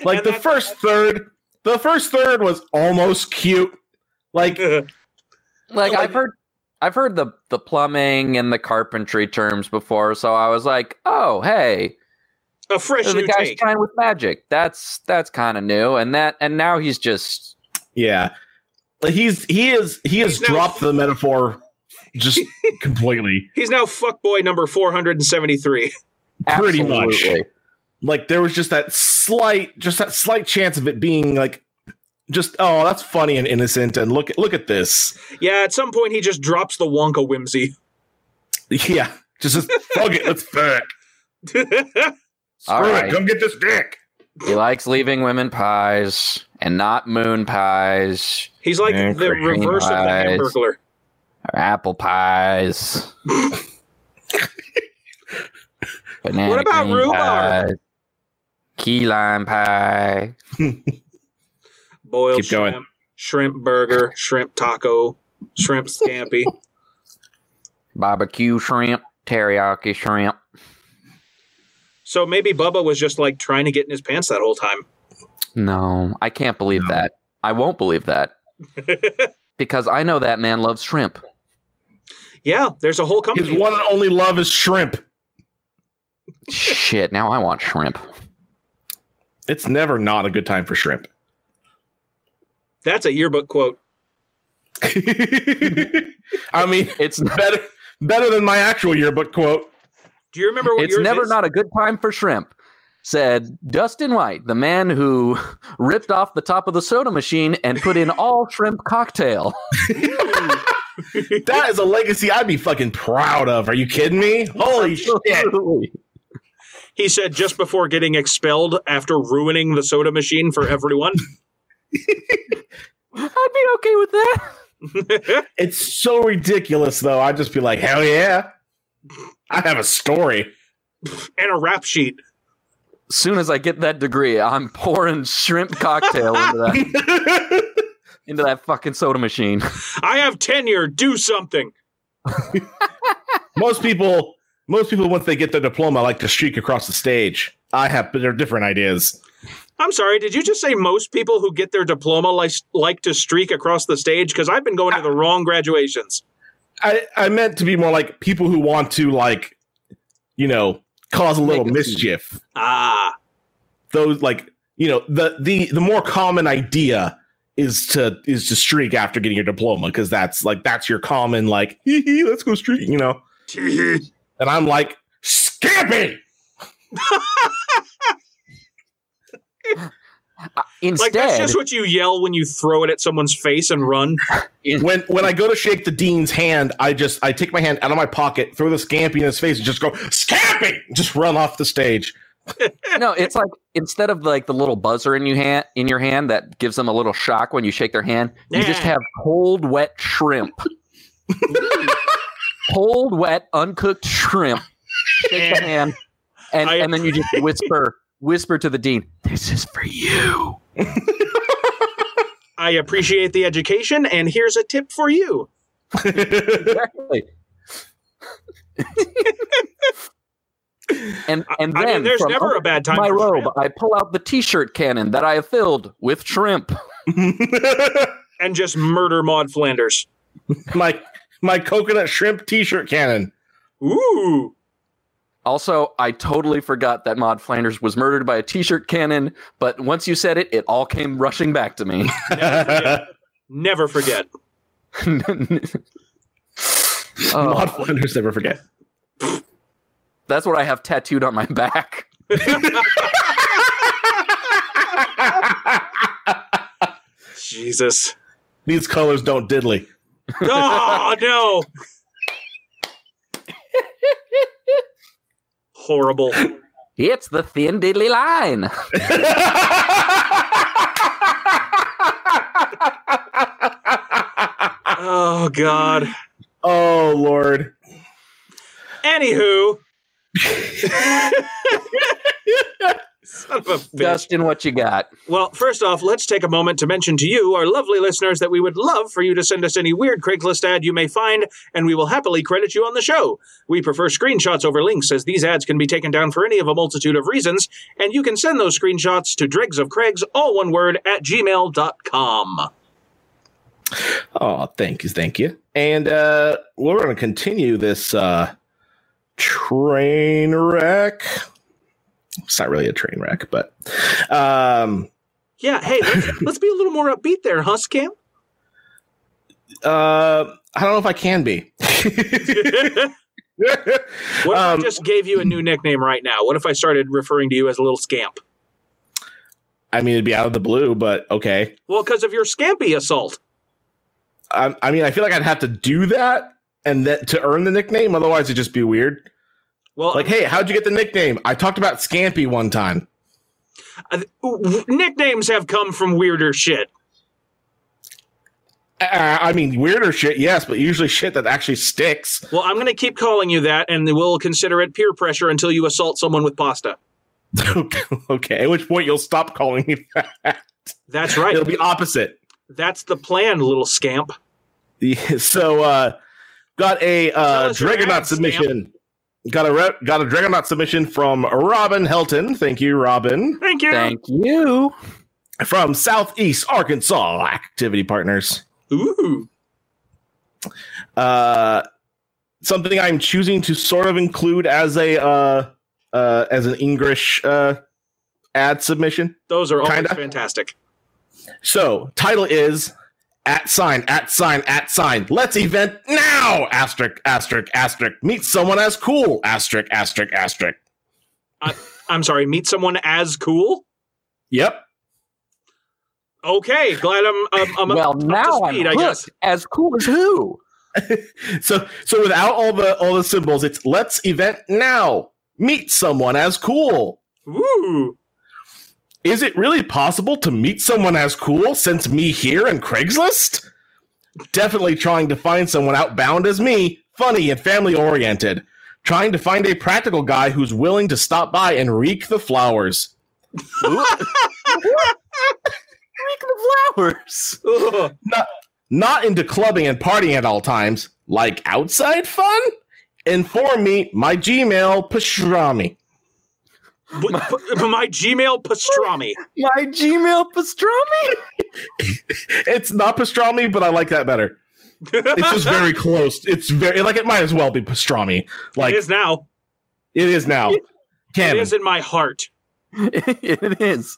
Speaker 6: And
Speaker 3: the
Speaker 6: that-
Speaker 3: first third, the first third was almost cute. Like
Speaker 4: like
Speaker 3: Like-
Speaker 4: I've heard I've heard the the plumbing and the carpentry terms before, so I was like, oh hey,
Speaker 6: a fresh
Speaker 4: Oh, the
Speaker 6: new
Speaker 4: guy's
Speaker 6: take.
Speaker 4: trying with magic. That's that's kind of new, and that and now he's just
Speaker 3: yeah, Like, he's he is he has
Speaker 6: He's now-
Speaker 3: dropped the metaphor just completely.
Speaker 6: He's now fuckboy number 473.
Speaker 3: Pretty much.
Speaker 4: absolutely-
Speaker 3: Like there was just that slight, just that slight chance of it being like, just oh that's funny and innocent and look look at this.
Speaker 6: Yeah, at some point he just drops the Wonka whimsy.
Speaker 3: Yeah, Just, just fuck it. Let's fuck. Screw
Speaker 4: All
Speaker 3: it.
Speaker 4: right.
Speaker 3: Come get this dick.
Speaker 4: He likes leaving women pies and not moon pies
Speaker 6: He's like
Speaker 4: Yeah,
Speaker 6: the
Speaker 4: cream
Speaker 6: reverse of the
Speaker 4: pies.
Speaker 6: Hamburglar.
Speaker 4: or apple pies. Banana
Speaker 6: What about
Speaker 4: cream
Speaker 6: rhubarb?
Speaker 4: pie, Key lime pie.
Speaker 6: boiled
Speaker 3: Keep going.
Speaker 6: shrimp, shrimp burger, shrimp taco, shrimp scampi.
Speaker 4: barbecue shrimp, teriyaki shrimp.
Speaker 6: so maybe Bubba was just like trying to get in his pants that whole time.
Speaker 4: No, I can't believe that. I won't believe that because I know that man loves shrimp.
Speaker 6: yeah, there's a whole
Speaker 3: His
Speaker 6: company.
Speaker 3: one and only love is shrimp.
Speaker 4: Shit, now I want shrimp.
Speaker 3: It's never not a good time for shrimp.
Speaker 6: That's a yearbook quote.
Speaker 3: I mean,
Speaker 4: It's
Speaker 3: better better than my actual yearbook quote.
Speaker 6: Do you remember what
Speaker 4: it's
Speaker 6: yours
Speaker 4: never
Speaker 6: is?
Speaker 4: not a good time for shrimp. Said Dustin White, the man who ripped off the top of the soda machine and put in all shrimp cocktail.
Speaker 3: That is a legacy I'd be fucking proud of. Are you kidding me? Holy shit.
Speaker 4: Absolutely.
Speaker 6: He said just before getting expelled after ruining the soda machine for everyone.
Speaker 4: I'd be okay with that.
Speaker 3: It's so ridiculous though. I'd just be like, hell yeah. I have a story.
Speaker 6: and a rap sheet.
Speaker 4: Soon as I get that degree, I'm pouring shrimp cocktail into that into that fucking soda machine.
Speaker 6: I have tenure. Do something.
Speaker 3: Most people most people once they get their diploma like to streak across the stage. I have they're different ideas.
Speaker 6: I'm sorry. Did you just say most people who get their diploma like, like to streak across the stage? Because I've been going to the wrong graduations.
Speaker 3: I, I meant to be more like people who want to like, you know, cause a little
Speaker 4: Make a scene.
Speaker 3: mischief.
Speaker 6: Ah,
Speaker 3: those like you know the the the more common idea is to is to streak after getting your diploma because that's like that's your common like hee hee let's go streak you know and I'm like Scampy
Speaker 6: like
Speaker 4: Instead,
Speaker 6: that's just what you yell when you throw it at someone's face and run.
Speaker 3: when when I go to shake the dean's hand I just I take my hand out of my pocket throw the Scampy in his face and just go Scampy just run off the stage
Speaker 4: no, it's like instead of like the little buzzer in you hand in your hand that gives them a little shock when you shake their hand, you just
Speaker 6: Yeah.
Speaker 4: have cold wet shrimp. cold wet uncooked shrimp. Shake the hand and,
Speaker 6: I-
Speaker 4: and then you just whisper whisper to the dean, "This is for you."
Speaker 6: I appreciate the education, and here's a tip for you.
Speaker 4: Exactly. and and
Speaker 6: I
Speaker 4: then
Speaker 6: mean, there's
Speaker 4: from
Speaker 6: never a bad time.
Speaker 4: my
Speaker 6: for
Speaker 4: robe,
Speaker 6: shrimp.
Speaker 4: I pull out the t-shirt cannon that I have filled with shrimp.
Speaker 6: and just murder Maud Flanders.
Speaker 3: my my coconut shrimp t-shirt cannon
Speaker 6: Ooh,
Speaker 4: Also, I totally forgot that Maud Flanders was murdered by a t-shirt cannon, but once you said it, it all came rushing back to me.
Speaker 6: never forget.
Speaker 4: Oh,
Speaker 3: Maud Flanders never forget
Speaker 4: that's what I have tattooed on my back.
Speaker 6: Jesus.
Speaker 3: these colors don't diddly
Speaker 6: Oh no. Horrible.
Speaker 4: It's the thin diddly line.
Speaker 6: Oh god.
Speaker 3: Oh Lord.
Speaker 6: Anywho. Son of a bitch.
Speaker 4: Dustin, what you got?
Speaker 6: Well, first off, let's take a moment to mention to you, our lovely listeners, that we would love for you to send us any weird Craigslist ad you may find, and we will happily credit you on the show. We prefer screenshots over links, as these ads can be taken down for any of a multitude of reasons, and you can send those screenshots to dregs of dregsofcraigs, all one word, at gmail.com.
Speaker 3: Oh, thank you, thank you. And uh we're gonna continue this uh train wreck. It's not really a train wreck, but um
Speaker 6: Yeah, hey, let's, let's be a little more upbeat there, huh, Scam?
Speaker 3: uh I don't know if I can be.
Speaker 6: What if
Speaker 3: Um,
Speaker 6: I just gave you a new nickname right now? What if I started referring to you as a little scamp?
Speaker 3: I mean it'd be out of the blue, but okay.
Speaker 6: Well, because of your scampy assault.
Speaker 3: I, I mean I feel like I'd have to do that and that to earn the nickname. Otherwise, it'd just be weird.
Speaker 6: Well,
Speaker 3: Like, hey, how'd you get the nickname? I talked about Scampy one time.
Speaker 6: I- w- w- nicknames have come from weirder shit.
Speaker 3: Uh, I mean, weirder shit, yes, but usually shit that actually sticks.
Speaker 6: Well, I'm going to keep calling you that, and we'll consider it peer pressure until you assault someone with pasta.
Speaker 3: okay, at which point you'll stop calling me that.
Speaker 6: That's right.
Speaker 3: It'll be opposite.
Speaker 6: That's the plan, little scamp.
Speaker 3: Yeah, so uh got a
Speaker 6: Tell
Speaker 3: uh
Speaker 6: us your
Speaker 3: Dragonaut
Speaker 6: ads,
Speaker 3: submission. Got a re- got a Dragonaut submission from Robin Helton. Thank you, Robin.
Speaker 6: Thank you.
Speaker 4: Thank you.
Speaker 3: From Southeast Arkansas Activity Partners.
Speaker 6: Ooh.
Speaker 3: Uh something I'm choosing to sort of include as a uh uh as an English uh ad submission.
Speaker 6: Those are always
Speaker 3: Kinda.
Speaker 6: fantastic.
Speaker 3: So, title is at sign, at sign, at sign. Let's event now! Asterisk, asterisk, asterisk. Meet someone as cool. Asterisk, asterisk, asterisk.
Speaker 6: I'm sorry, meet someone as cool?
Speaker 3: Yep.
Speaker 6: Okay, glad I'm, um, I'm
Speaker 4: well,
Speaker 6: up to
Speaker 4: now I'm
Speaker 6: speed, I guess.
Speaker 4: hooked. As cool as who?
Speaker 3: So so without all the all the symbols, it's let's event now. Meet someone as cool.
Speaker 6: Ooh.
Speaker 3: Is it really possible to meet someone as cool since me here and Craigslist? Definitely trying to find someone outbound as me, funny and family oriented. Trying to find a practical guy who's willing to stop by and reek the flowers.
Speaker 4: Flowers.
Speaker 6: Ugh.
Speaker 3: Not into clubbing and partying at all times. Like outside fun? Inform me, my Gmail, pastrami.
Speaker 6: But- but my Gmail pastrami.
Speaker 4: My Gmail pastrami.
Speaker 3: It's not pastrami, but I like that better. It's just very close. It's very like it might as well be pastrami. Like
Speaker 6: it is now.
Speaker 3: now. Can
Speaker 6: It is in my heart.
Speaker 4: it is.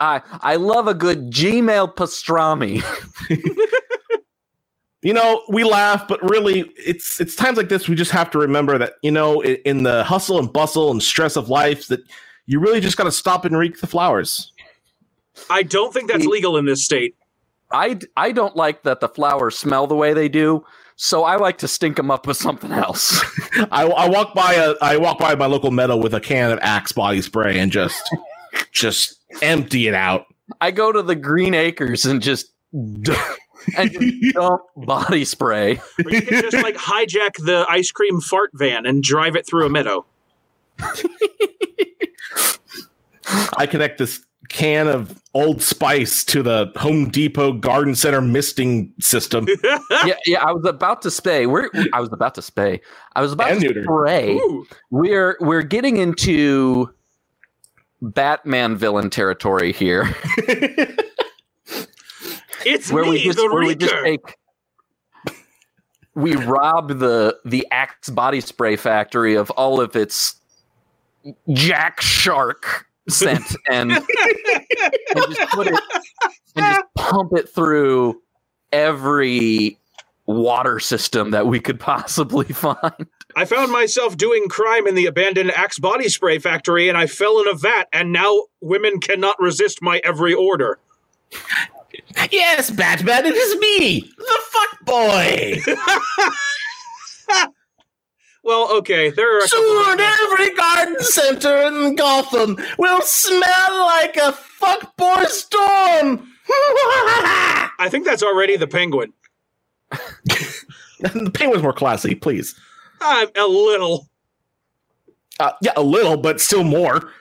Speaker 4: I I love a good Gmail pastrami.
Speaker 3: you know we laugh, but really, it's it's times like this we just have to remember that you know i- in the hustle and bustle and stress of life that you really just got to stop and reek the flowers.
Speaker 6: I don't think that's legal in this state.
Speaker 4: I I don't like that the flowers smell the way they do, so I like to stink them up with something else.
Speaker 3: I, I walk by a I walk by my local meadow with a can of Axe body spray and just just empty it out.
Speaker 4: I go to the Green Acres and just d- and just dump body spray.
Speaker 6: Or you can just like hijack the ice cream fart van and drive it through a meadow.
Speaker 3: I connect this can of Old Spice to the Home Depot garden center misting system.
Speaker 4: yeah, yeah. I was about to spay. We're, I was about to spay. I was about
Speaker 3: And
Speaker 4: to
Speaker 3: neuter.
Speaker 4: spray.
Speaker 6: Ooh.
Speaker 4: We're we're getting into Batman villain territory here,
Speaker 6: It's
Speaker 4: where
Speaker 6: me,
Speaker 4: we just
Speaker 6: the
Speaker 4: where we just
Speaker 6: Reaker.
Speaker 4: take we rob the the Axe body spray factory of all of its Jack Shark scent and, and just put it and just pump it through every water system that we could possibly find.
Speaker 6: I found myself doing crime in the abandoned Axe body spray factory, and I fell in a vat. And now women cannot resist my every order.
Speaker 7: Yes, Batman, it is me, the fuck boy.
Speaker 6: Well, okay, there are a
Speaker 7: Soon
Speaker 6: couple.
Speaker 7: every garden center in Gotham will smell like a fuckboy storm.
Speaker 6: I think that's already the Penguin.
Speaker 3: the pain was more classy, please.
Speaker 6: I'm a little.
Speaker 3: Uh, yeah, a little, but still more.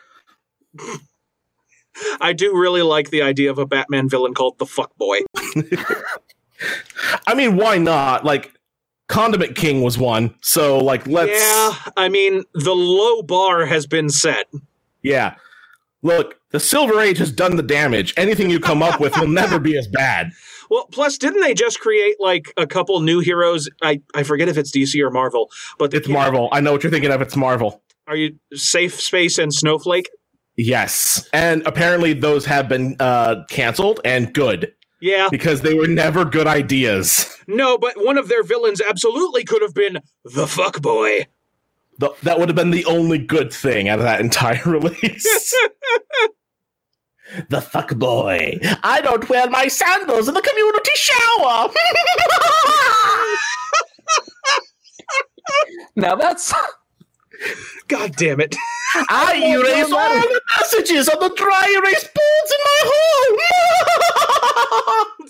Speaker 6: I do really like the idea of a Batman villain called the Fuckboy.
Speaker 3: I mean, why not? Like, Condiment King was one, so like, let's
Speaker 6: Yeah, I mean the low bar has been set.
Speaker 3: yeah. Look, the Silver Age has done the damage. Anything you come up with will never be as bad.
Speaker 6: Well, plus, didn't they just create like a couple new heroes? I, I forget if it's DC or Marvel, but they
Speaker 3: It's
Speaker 6: came-
Speaker 3: Marvel. I know what you're thinking of. It's Marvel.
Speaker 6: Are you Safe Space and Snowflake?
Speaker 3: Yes, and apparently those have been uh, canceled, and good
Speaker 6: Yeah,
Speaker 3: because they were never good ideas.
Speaker 6: no, but one of their villains absolutely could have been the Fuckboy.
Speaker 3: Th that would have been the only good thing out of that entire release.
Speaker 7: the fuck boy. I don't wear my sandals in the community shower.
Speaker 4: Now that's
Speaker 6: God damn it.
Speaker 7: I erase all the messages on the dry erase boards in my home.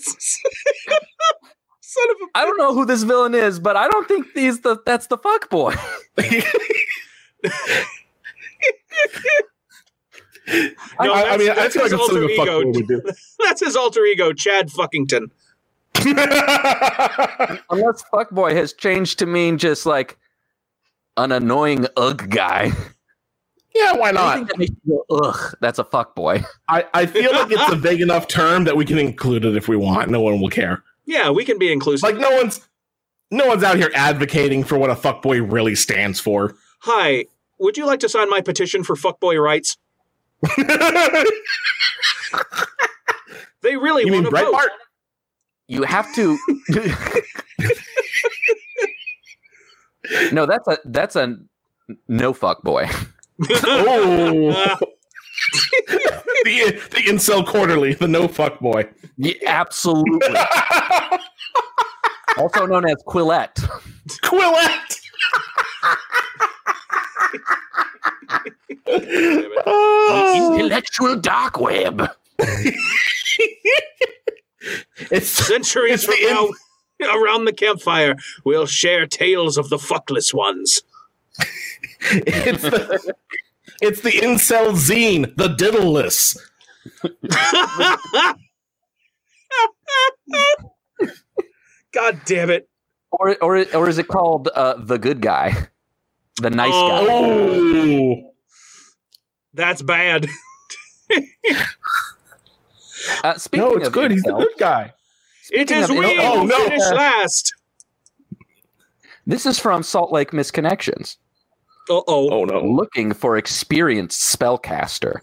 Speaker 6: Son of a
Speaker 4: I don't know who this villain is, but I don't think he's the that's the fuck boy.
Speaker 6: No,
Speaker 3: I, I
Speaker 6: that's-
Speaker 3: mean, I
Speaker 6: that's
Speaker 3: feel like
Speaker 6: his
Speaker 3: it's something
Speaker 6: alter
Speaker 3: a fuck
Speaker 6: ego.
Speaker 3: boy would do.
Speaker 6: That's his alter ego, Chad Fuckington.
Speaker 4: Unless fuckboy has changed to mean just like an annoying ugh guy.
Speaker 3: yeah, why
Speaker 4: Anything
Speaker 3: not?
Speaker 4: that makes you go, ugh, that's a fuckboy.
Speaker 3: I, I feel like it's a vague enough term that we can include it if we want. No one will care.
Speaker 6: Yeah, we can be inclusive.
Speaker 3: Like no one's no one's out here advocating for what a fuckboy really stands for.
Speaker 6: Hi, would you like to sign my petition for fuckboy rights?
Speaker 3: you
Speaker 6: They really
Speaker 3: mean
Speaker 6: want to vote.
Speaker 3: Breitbart?
Speaker 4: You have to No, that's a that's a no fuckboy.
Speaker 3: Oh. the the incel quarterly, the no fuck boy.
Speaker 4: Yeah, absolutely. also known as Quillette.
Speaker 3: Quillette. Oh.
Speaker 4: Intellectual dark web.
Speaker 3: it's
Speaker 6: Centuries
Speaker 3: It's the
Speaker 6: from now, around the campfire, we'll share tales of the fuckless ones.
Speaker 3: it's the, it's the incel zine, the diddleless.
Speaker 6: God damn it.
Speaker 4: Or or or is it called uh, the good guy? The nice
Speaker 6: Oh.
Speaker 4: guy.
Speaker 3: Oh,
Speaker 6: That's bad.
Speaker 4: Uh, speaking
Speaker 3: no, it's
Speaker 4: of
Speaker 3: good. He's the
Speaker 4: incels,
Speaker 3: good guy.
Speaker 6: It
Speaker 4: Speaking
Speaker 6: is
Speaker 4: of-
Speaker 6: we
Speaker 3: Oh,
Speaker 6: who
Speaker 3: no.
Speaker 6: finish last.
Speaker 4: This is from Salt Lake Misconnections.
Speaker 6: Uh oh.
Speaker 3: Oh no.
Speaker 4: Looking for experienced spellcaster.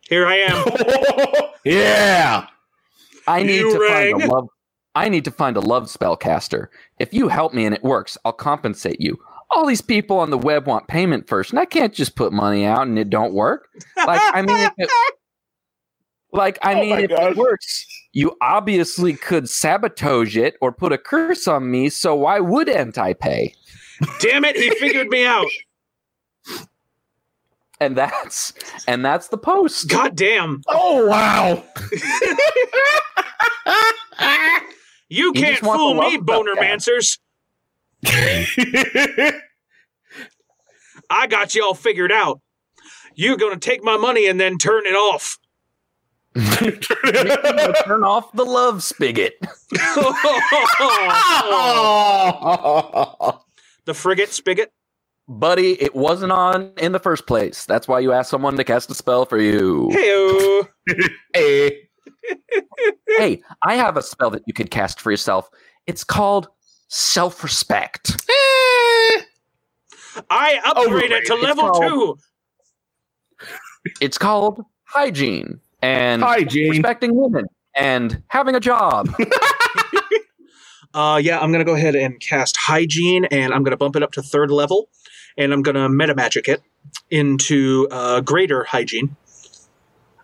Speaker 6: Here I am.
Speaker 3: yeah.
Speaker 4: I need
Speaker 6: You
Speaker 4: to find
Speaker 6: rang.
Speaker 4: a love. I need to find a love spellcaster. If you help me and it works, I'll compensate you. All these people on the web want payment first, and I can't just put money out and it don't work. Like I mean, if it, like I
Speaker 3: Oh
Speaker 4: mean,
Speaker 3: my
Speaker 4: if
Speaker 3: gosh.
Speaker 4: it works, you obviously could sabotage it or put a curse on me. So why wouldn't I pay?
Speaker 6: damn it, he figured me out.
Speaker 4: And that's and that's the post.
Speaker 6: God damn.
Speaker 3: Oh wow.
Speaker 6: You
Speaker 4: just
Speaker 6: can't
Speaker 4: want
Speaker 6: fool
Speaker 4: the
Speaker 6: me,
Speaker 4: love belt,
Speaker 6: boner mancers. I got you all figured out. You're gonna take my money and then turn it off.
Speaker 4: Turn off the love spigot.
Speaker 3: Oh.
Speaker 6: the frigate spigot.
Speaker 4: Buddy, it wasn't on in the first place. That's why you asked someone to cast a spell for you.
Speaker 6: Heyo.
Speaker 3: hey.
Speaker 4: hey, I have a spell that you could cast for yourself. It's called self respect.
Speaker 6: I upgraded
Speaker 3: Overrated.
Speaker 6: to level
Speaker 4: It's
Speaker 6: two.
Speaker 4: called- It's called hygiene and
Speaker 3: Hi, Gene.
Speaker 4: respecting women and having a job.
Speaker 6: Uh, yeah, I'm gonna go ahead and cast hygiene, and I'm gonna bump it up to third level, and I'm gonna meta magic it into uh, greater hygiene.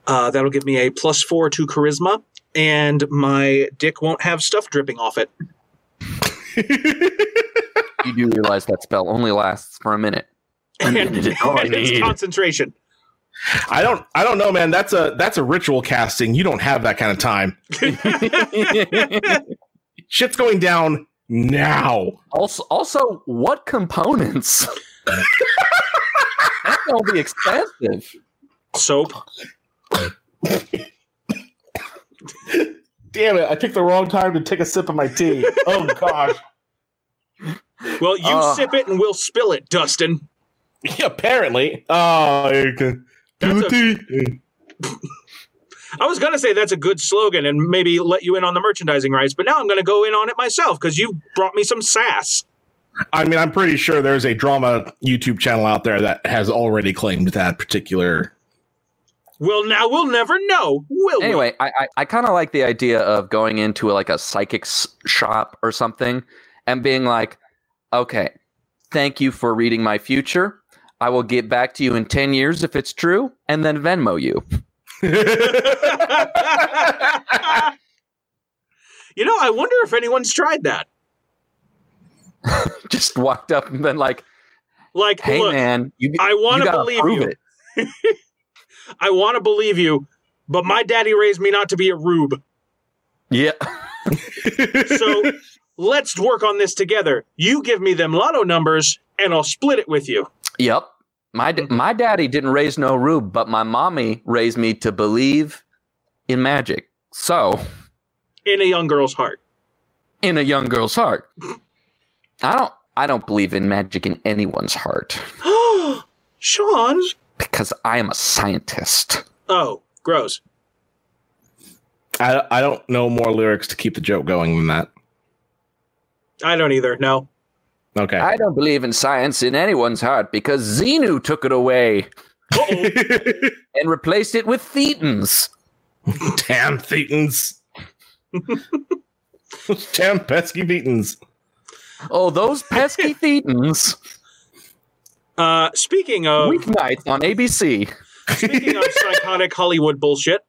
Speaker 6: Uh, that'll give me a plus four to charisma, and my dick won't have stuff dripping off it.
Speaker 4: you do realize that spell only lasts for a minute.
Speaker 6: and,
Speaker 4: It's all I
Speaker 6: and it's
Speaker 4: need.
Speaker 6: concentration.
Speaker 3: I don't I don't know, man. That's a that's a ritual casting. You don't have that kind of time. Shit's going down now.
Speaker 4: Also, also what components? That's going to be expensive.
Speaker 6: Soap.
Speaker 3: Damn it, I picked the wrong time to take a sip of my tea. Oh gosh.
Speaker 6: Well, you
Speaker 4: Uh.
Speaker 6: sip it and we'll spill it, Dustin.
Speaker 3: Apparently. Oh you can-
Speaker 6: That's a-
Speaker 3: tea.
Speaker 6: I was going to say that's a good slogan and maybe let you in on the merchandising rights, but now I'm going to go in on it myself because you brought me some sass.
Speaker 3: I mean, I'm pretty sure there's a drama YouTube channel out there that has already claimed that particular
Speaker 6: Well, now we'll never know, will we?
Speaker 4: anyway, I I, I kind of like the idea of going into like a psychic's shop or something and being like, okay, thank you for reading my future. I will get back to you in ten years if it's true, and then Venmo you.
Speaker 6: you know, I wonder if anyone's tried that.
Speaker 4: Just walked up and been like,
Speaker 6: Like,
Speaker 4: Hey
Speaker 6: look,
Speaker 4: man, you
Speaker 6: I wanna
Speaker 4: you gotta
Speaker 6: believe
Speaker 4: prove
Speaker 6: you.
Speaker 4: it.
Speaker 6: I want to believe you, but my daddy raised me not to be a rube.
Speaker 4: Yeah.
Speaker 6: So let's work on this together. You give me them lotto numbers, and I'll split it with you.
Speaker 4: Yep. My
Speaker 6: Mm-hmm.
Speaker 4: d- my daddy didn't raise no rube, but my mommy raised me to believe in magic. So,
Speaker 6: In a young girl's heart.
Speaker 4: in a young girl's heart, I don't I don't believe in magic in anyone's heart
Speaker 6: Sean.
Speaker 4: because I am a scientist.
Speaker 6: Oh, gross.
Speaker 3: I, I don't know more lyrics to keep the joke going than that.
Speaker 6: I don't either. No.
Speaker 3: Okay.
Speaker 4: I don't believe in science in anyone's heart because Xenu took it away and replaced it with Thetans.
Speaker 3: Damn Thetans. Those Damn pesky Thetans.
Speaker 4: Oh, those pesky Thetans.
Speaker 6: Uh, speaking of
Speaker 4: Weeknights on ABC.
Speaker 6: speaking of psychotic Hollywood bullshit,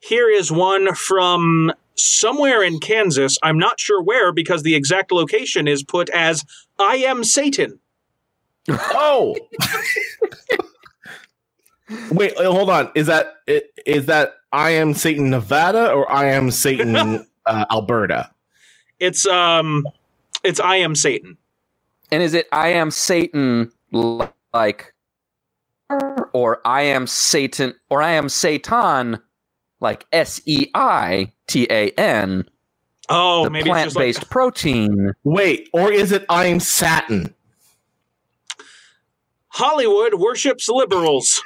Speaker 6: here is one from somewhere in Kansas. I'm not sure where because the exact location is put as "I am Satan."
Speaker 3: Oh. Wait, uh, hold on. Is that i- is that I am Satan Nevada or I am Satan uh, Alberta?
Speaker 6: It's um, it's "I am Satan."
Speaker 4: And is it I am Satan l- like or I am Satan or I am Satan like S E I T A N
Speaker 6: Oh,
Speaker 4: the
Speaker 6: maybe it's just like
Speaker 4: plant-based protein.
Speaker 3: Wait, or is it I am Satin?
Speaker 6: Hollywood worships liberals.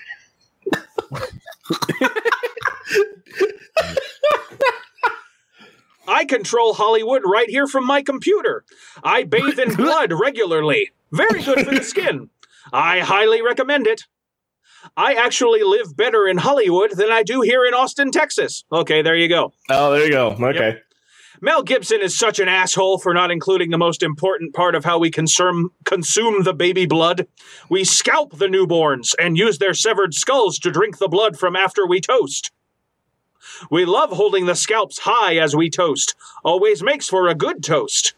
Speaker 6: I control Hollywood right here from my computer. I bathe in blood regularly. Very good for the skin. I highly recommend it. I actually live better in Hollywood than I do here in Austin, Texas. Okay, there you go.
Speaker 3: Oh, there you go. Okay.
Speaker 6: Mel Gibson is such an asshole for not including the most important part of how we consume consume the baby blood. We scalp the newborns and use their severed skulls to drink the blood from after we toast. We love holding the scalps high as we toast. Always makes for a good toast.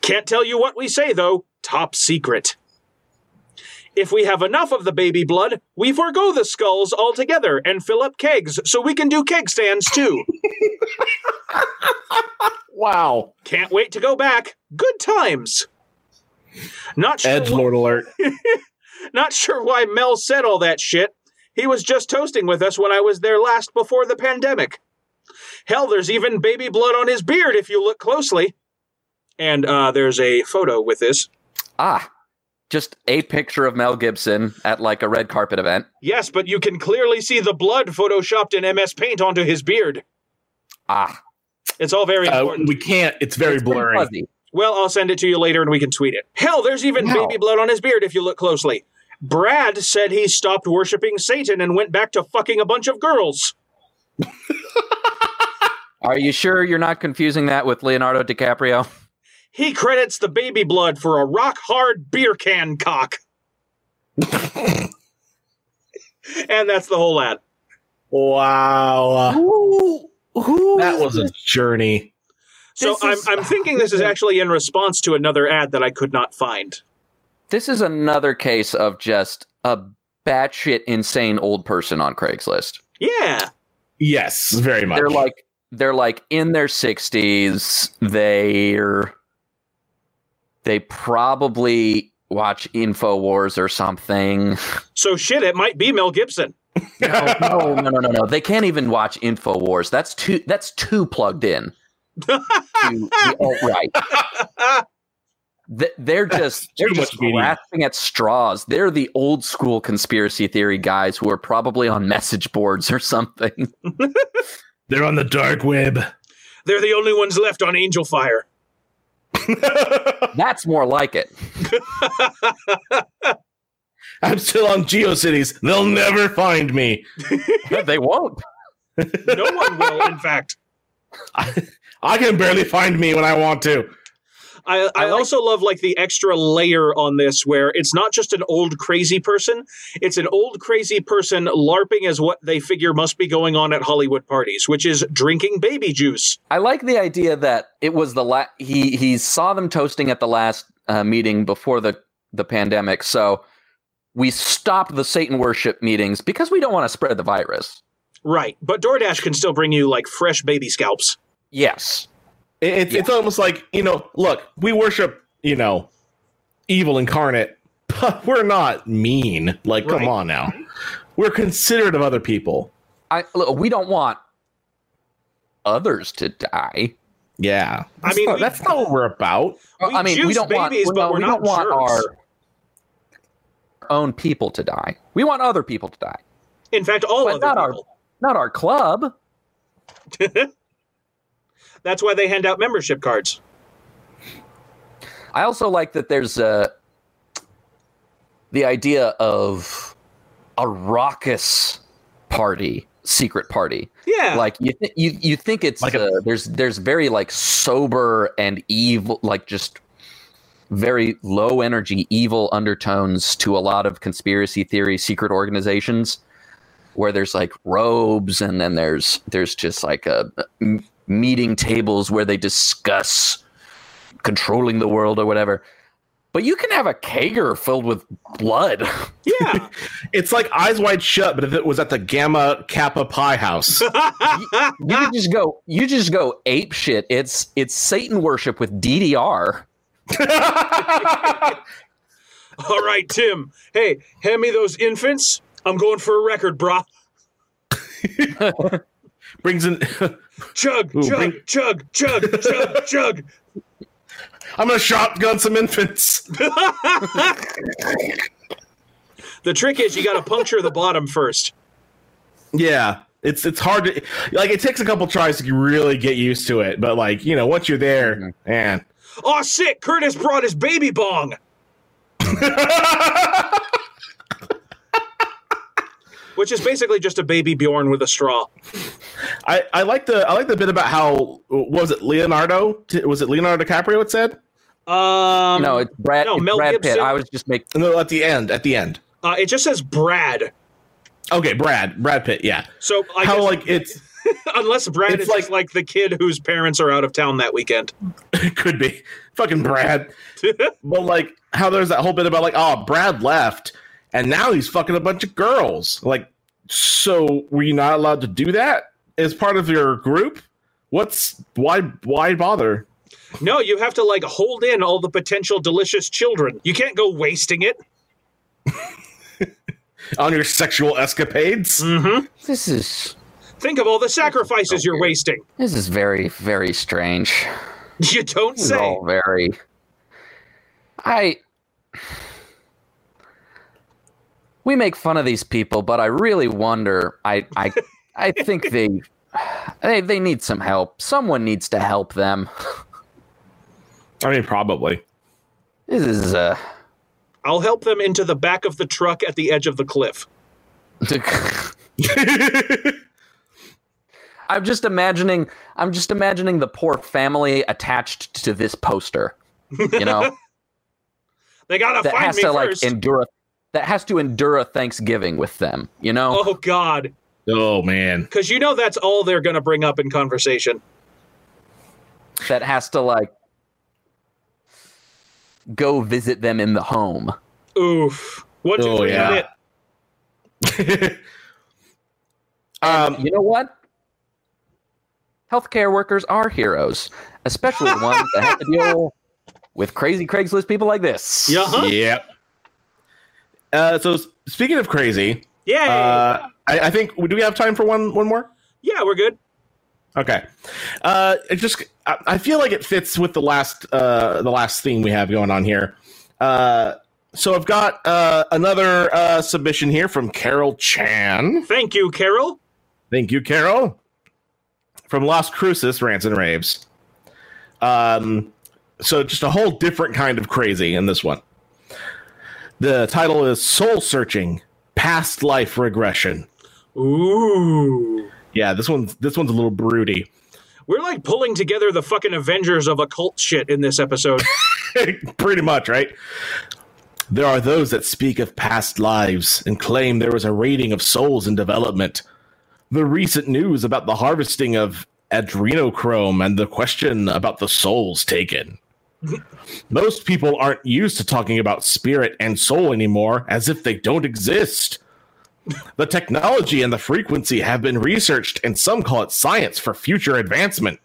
Speaker 6: Can't tell you what we say though. Top secret. If we have enough of the baby blood, we forego the skulls altogether and fill up kegs so we can do keg stands too.
Speaker 3: Wow.
Speaker 6: Can't wait to go back. Good times. Not sure.
Speaker 3: Edge Lord alert.
Speaker 6: not sure why Mel said all that shit. He was just toasting with us when I was there last before the pandemic. Hell, there's even baby blood on his beard if you look closely. And uh, there's a photo with this.
Speaker 4: Ah. Just a picture of Mel Gibson at like a red carpet event.
Speaker 6: Yes, but you can clearly see the blood photoshopped in MS Paint onto his beard.
Speaker 4: Ah.
Speaker 6: It's all very
Speaker 3: Uh,
Speaker 6: important.
Speaker 3: we can't. It's very
Speaker 4: It's pretty
Speaker 3: blurry.
Speaker 4: fuzzy.
Speaker 6: Well, I'll send it to you later and we can tweet it. Hell, there's even
Speaker 4: No.
Speaker 6: baby blood on his beard if you look closely. Brad said he stopped worshiping Satan and went back to fucking a bunch of girls.
Speaker 4: Are you sure you're not confusing that with Leonardo DiCaprio?
Speaker 6: He credits the baby blood for a rock hard beer can cock. and that's the whole ad.
Speaker 3: Wow.
Speaker 7: Who, who
Speaker 3: That
Speaker 7: is
Speaker 3: was a journey.
Speaker 6: So
Speaker 7: This
Speaker 6: I'm,
Speaker 7: is-
Speaker 6: I'm thinking this is actually in response to another ad that I could not find.
Speaker 4: This is another case of just a batshit insane old person on Craigslist.
Speaker 6: Yeah.
Speaker 3: Yes, very much.
Speaker 4: They're like they're like in their 60s. They're they probably watch InfoWars or something.
Speaker 6: So shit, it might be Mel Gibson.
Speaker 4: No, Oh, no, no, no, no, no. They can't even watch InfoWars. That's too that's too plugged in. oh, right. They're just they're
Speaker 3: too
Speaker 4: just
Speaker 3: much media.
Speaker 4: grasping at straws. They're the old school conspiracy theory guys who are probably on message boards or something.
Speaker 3: They're on the dark web.
Speaker 6: They're the only ones left on Angel Fire.
Speaker 4: That's more like it.
Speaker 3: I'm still on GeoCities. They'll never find me.
Speaker 4: they won't.
Speaker 6: No one will, in fact.
Speaker 3: I can barely find me when I want to.
Speaker 6: I, I,
Speaker 4: I like-
Speaker 6: also love like the extra layer on this where it's not just an old crazy person, it's an old crazy person LARPing as what they figure must be going on at Hollywood parties, which is drinking baby juice.
Speaker 4: I like the idea that it was the la- he he saw them toasting at the last uh, meeting before the the pandemic. So we stopped the Satan worship meetings because we don't want to spread the virus.
Speaker 6: Right. But DoorDash can still bring you like fresh baby scalps.
Speaker 4: Yes.
Speaker 3: It, it's it's almost like you know, look, we worship you know, evil incarnate, but we're not mean. Like, come
Speaker 6: Right.
Speaker 3: on now, we're considerate of other people.
Speaker 4: I look, we don't want others to die.
Speaker 3: Yeah,
Speaker 6: I
Speaker 3: that's
Speaker 6: mean,
Speaker 3: not-
Speaker 6: we-
Speaker 3: that's not what we're about.
Speaker 6: We
Speaker 4: I mean, we
Speaker 6: juice
Speaker 4: don't
Speaker 6: babies,
Speaker 4: want,
Speaker 6: but
Speaker 4: no,
Speaker 6: we're
Speaker 4: we
Speaker 6: not
Speaker 4: don't want
Speaker 6: jerks.
Speaker 4: our own people to die. We want other people to die,
Speaker 6: In fact, all
Speaker 4: but
Speaker 6: other
Speaker 4: not our
Speaker 6: people.
Speaker 4: not our club.
Speaker 6: That's why they hand out membership cards.
Speaker 4: I also like that there's uh, the idea of a raucous party, secret party.
Speaker 6: Yeah.
Speaker 4: Like you, th- you, you think it's
Speaker 3: Like a-
Speaker 4: uh, there's there's very like sober and evil, like just very low energy evil undertones to a lot of conspiracy theory secret organizations where there's like robes and then there's there's just like a uh, m- meeting tables where they discuss controlling the world or whatever but you can have a kager filled with blood
Speaker 6: yeah.
Speaker 3: It's like eyes wide shut, but if it was at the Gamma Kappa Pi house,
Speaker 4: you can just go you just go ape shit it's it's satan worship with ddr
Speaker 6: all right, Tim. Hey, hand me those infants. I'm going for a record, brah.
Speaker 3: brings in.
Speaker 6: Chug,
Speaker 3: Ooh,
Speaker 6: chug,
Speaker 3: bring-
Speaker 6: chug, chug, chug, chug.
Speaker 3: I'm gonna shotgun some infants.
Speaker 6: The trick is you got to puncture the bottom first.
Speaker 3: Yeah, it's it's hard to like. It takes a couple tries to really get used to it, but like you know, once you're there, man.
Speaker 6: Oh shit! Curtis brought his baby bong. Which is basically just a baby Bjorn with a straw.
Speaker 3: I, I like the I like the bit about how what was it Leonardo T- was it Leonardo DiCaprio it said
Speaker 6: Um,
Speaker 4: no it's brad,
Speaker 6: no,
Speaker 4: it's
Speaker 6: Mel
Speaker 4: brad pitt
Speaker 6: Gibson.
Speaker 4: i was just making
Speaker 3: no at the end at the end
Speaker 6: uh, it just says Brad.
Speaker 3: okay Brad Brad Pitt yeah
Speaker 6: So I
Speaker 3: how
Speaker 6: guess,
Speaker 3: like it's
Speaker 6: unless Brad
Speaker 3: it's
Speaker 6: is like, like the kid whose parents are out of town that weekend.
Speaker 3: it could be fucking Brad but like how there's that whole bit about like oh Brad left and now he's fucking a bunch of girls like so were you not allowed to do that as part of your group what's why why bother
Speaker 6: No, you have to like hold in all the potential delicious children. You can't go wasting it.
Speaker 3: on your sexual escapades
Speaker 6: Mm-hmm.
Speaker 4: this is
Speaker 6: Think of all the sacrifices you're wasting.
Speaker 4: This is very, very strange.
Speaker 6: You don't
Speaker 4: This is
Speaker 6: say.
Speaker 4: all very. I. We make fun of these people, but I really wonder. I, I, I think they, they, they need some help. Someone needs to help them.
Speaker 3: I mean probably
Speaker 4: This is uh,
Speaker 6: I'll help them into the back of the truck at the edge of the cliff.
Speaker 4: I'm just imagining. I'm just imagining the poor family attached to this poster. You know.
Speaker 6: They gotta
Speaker 4: that
Speaker 6: find
Speaker 4: has
Speaker 6: me
Speaker 4: to
Speaker 6: first.
Speaker 4: like endure a- that has to endure a Thanksgiving with them, you know?
Speaker 6: oh God,
Speaker 3: oh man
Speaker 6: because you know that's all they're gonna bring up in conversation.
Speaker 4: That has to like go visit them in the home.
Speaker 6: Oof. One, two, three,
Speaker 3: Oh, yeah.
Speaker 6: hit.
Speaker 3: um
Speaker 4: You know what? Healthcare workers are heroes, especially the ones that have to deal with crazy Craigslist people like this.
Speaker 6: Uh-huh. Yeah. huh?
Speaker 3: Yep. Uh, so s- speaking of crazy,
Speaker 6: Yay.
Speaker 3: uh, I, I think do we have time for one one more?
Speaker 6: yeah, we're good.
Speaker 3: Okay. Uh, it just I, I feel like it fits with the last uh, the last theme we have going on here. Uh, so I've got uh, another uh, submission here from Carol Chan.
Speaker 6: Thank you, Carol.
Speaker 3: Thank you, Carol. From Las Cruces rants and raves. Um, so just a whole different kind of crazy in this one. The title is Soul Searching: Past Life Regression.
Speaker 6: Ooh.
Speaker 3: Yeah, this one's this one's a little broody.
Speaker 6: We're like pulling together the fucking Avengers of occult shit in this episode.
Speaker 3: Pretty much, right? There are those that speak of past lives and claim there was a raiding of souls in development. The recent news about the harvesting of adrenochrome and the question about the souls taken. Most people aren't used to talking about spirit and soul anymore as if they don't exist. The technology and the frequency have been researched, and some call it science for future advancement.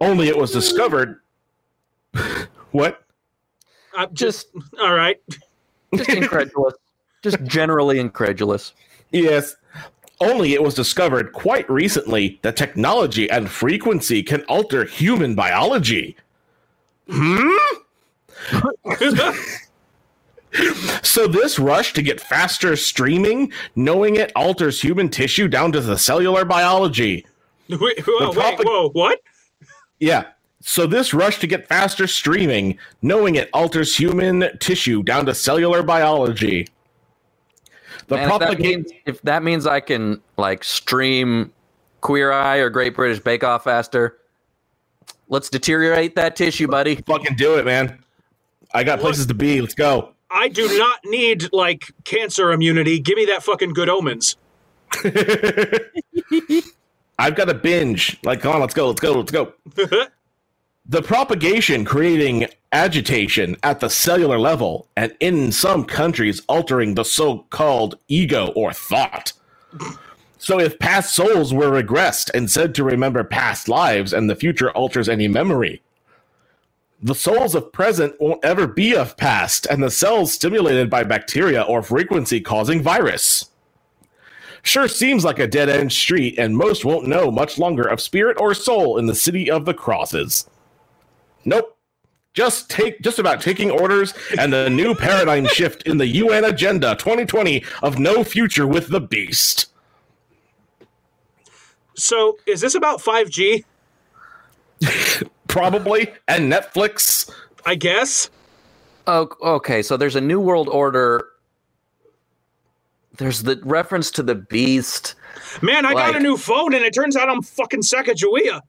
Speaker 3: Only it was discovered. what?
Speaker 6: I'm just
Speaker 4: Just
Speaker 6: all right.
Speaker 4: just incredulous. Just generally incredulous.
Speaker 3: Yes. Only it was discovered quite recently that technology and frequency can alter human biology. Hmm? So, this rush to get faster streaming, knowing it alters human tissue down to the cellular biology.
Speaker 6: Wait, whoa,
Speaker 3: The
Speaker 6: wait,
Speaker 3: propag-
Speaker 6: whoa, what?
Speaker 3: Yeah. So this rush to get faster streaming, knowing it alters human tissue down to cellular biology. The
Speaker 4: Man, if, that
Speaker 3: propaganda.
Speaker 4: means, if that means I can like stream Queer Eye or Great British Bake Off faster, let's deteriorate that tissue, buddy.
Speaker 3: Fucking do it, man. I got places to be. Let's go.
Speaker 6: I do not need like cancer immunity. Give me that fucking good omens.
Speaker 3: I've got a binge. Like, come on, let's go, let's go, let's go. the propagation creating agitation at the cellular level, and in some countries, altering the so called ego or thought. So, if past souls were regressed and said to remember past lives and the future alters any memory, the souls of present won't ever be of past, and the cells stimulated by bacteria or frequency causing virus. Sure seems like a dead end street, and most won't know much longer of spirit or soul in the city of the crosses. Nope. Just take just about taking orders and the new paradigm shift in the UN agenda 2020 of no future with the beast.
Speaker 6: So, is this about 5G?
Speaker 3: Probably and Netflix.
Speaker 6: I guess.
Speaker 4: Oh, okay. So there's a New World Order. There's the reference to the beast.
Speaker 6: Man, I got a
Speaker 4: Like-
Speaker 6: new phone and it turns out I'm fucking Sacagawea.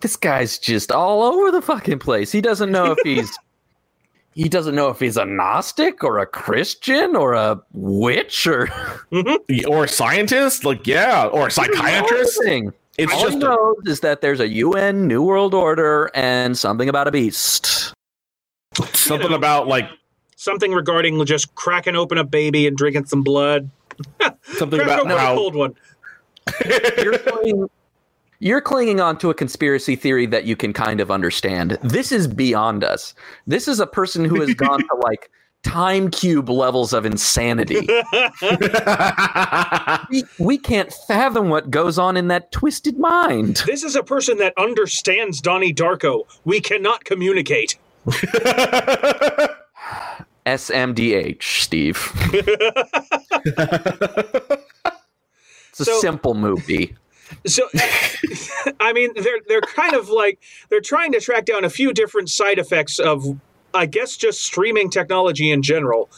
Speaker 4: This guy's just all over the fucking place. He doesn't know if he's. He doesn't know if he's a Gnostic or a Christian or a witch or
Speaker 3: Or scientist, like yeah, or psychiatrist.
Speaker 4: anything.
Speaker 3: It's
Speaker 4: All he
Speaker 3: just a-
Speaker 4: knows is that there's a UN New World Order and something about a beast.
Speaker 3: something about like
Speaker 6: Something regarding just cracking open a baby and drinking some blood.
Speaker 3: something
Speaker 6: Crack
Speaker 3: about
Speaker 6: open a
Speaker 3: how
Speaker 6: cold one.
Speaker 4: You're clinging, you're clinging on to a conspiracy theory that you can kind of understand. This is beyond us. This is a person who has gone to like time cube levels of insanity. we, we can't fathom what goes on in that twisted mind.
Speaker 6: This is a person that understands Donnie Darko. We cannot communicate.
Speaker 4: SMDH, Steve. it's a
Speaker 6: So-
Speaker 4: simple movie.
Speaker 6: So, I mean, they're they're kind of like they're trying to track down a few different side effects of, I guess, just streaming technology in general.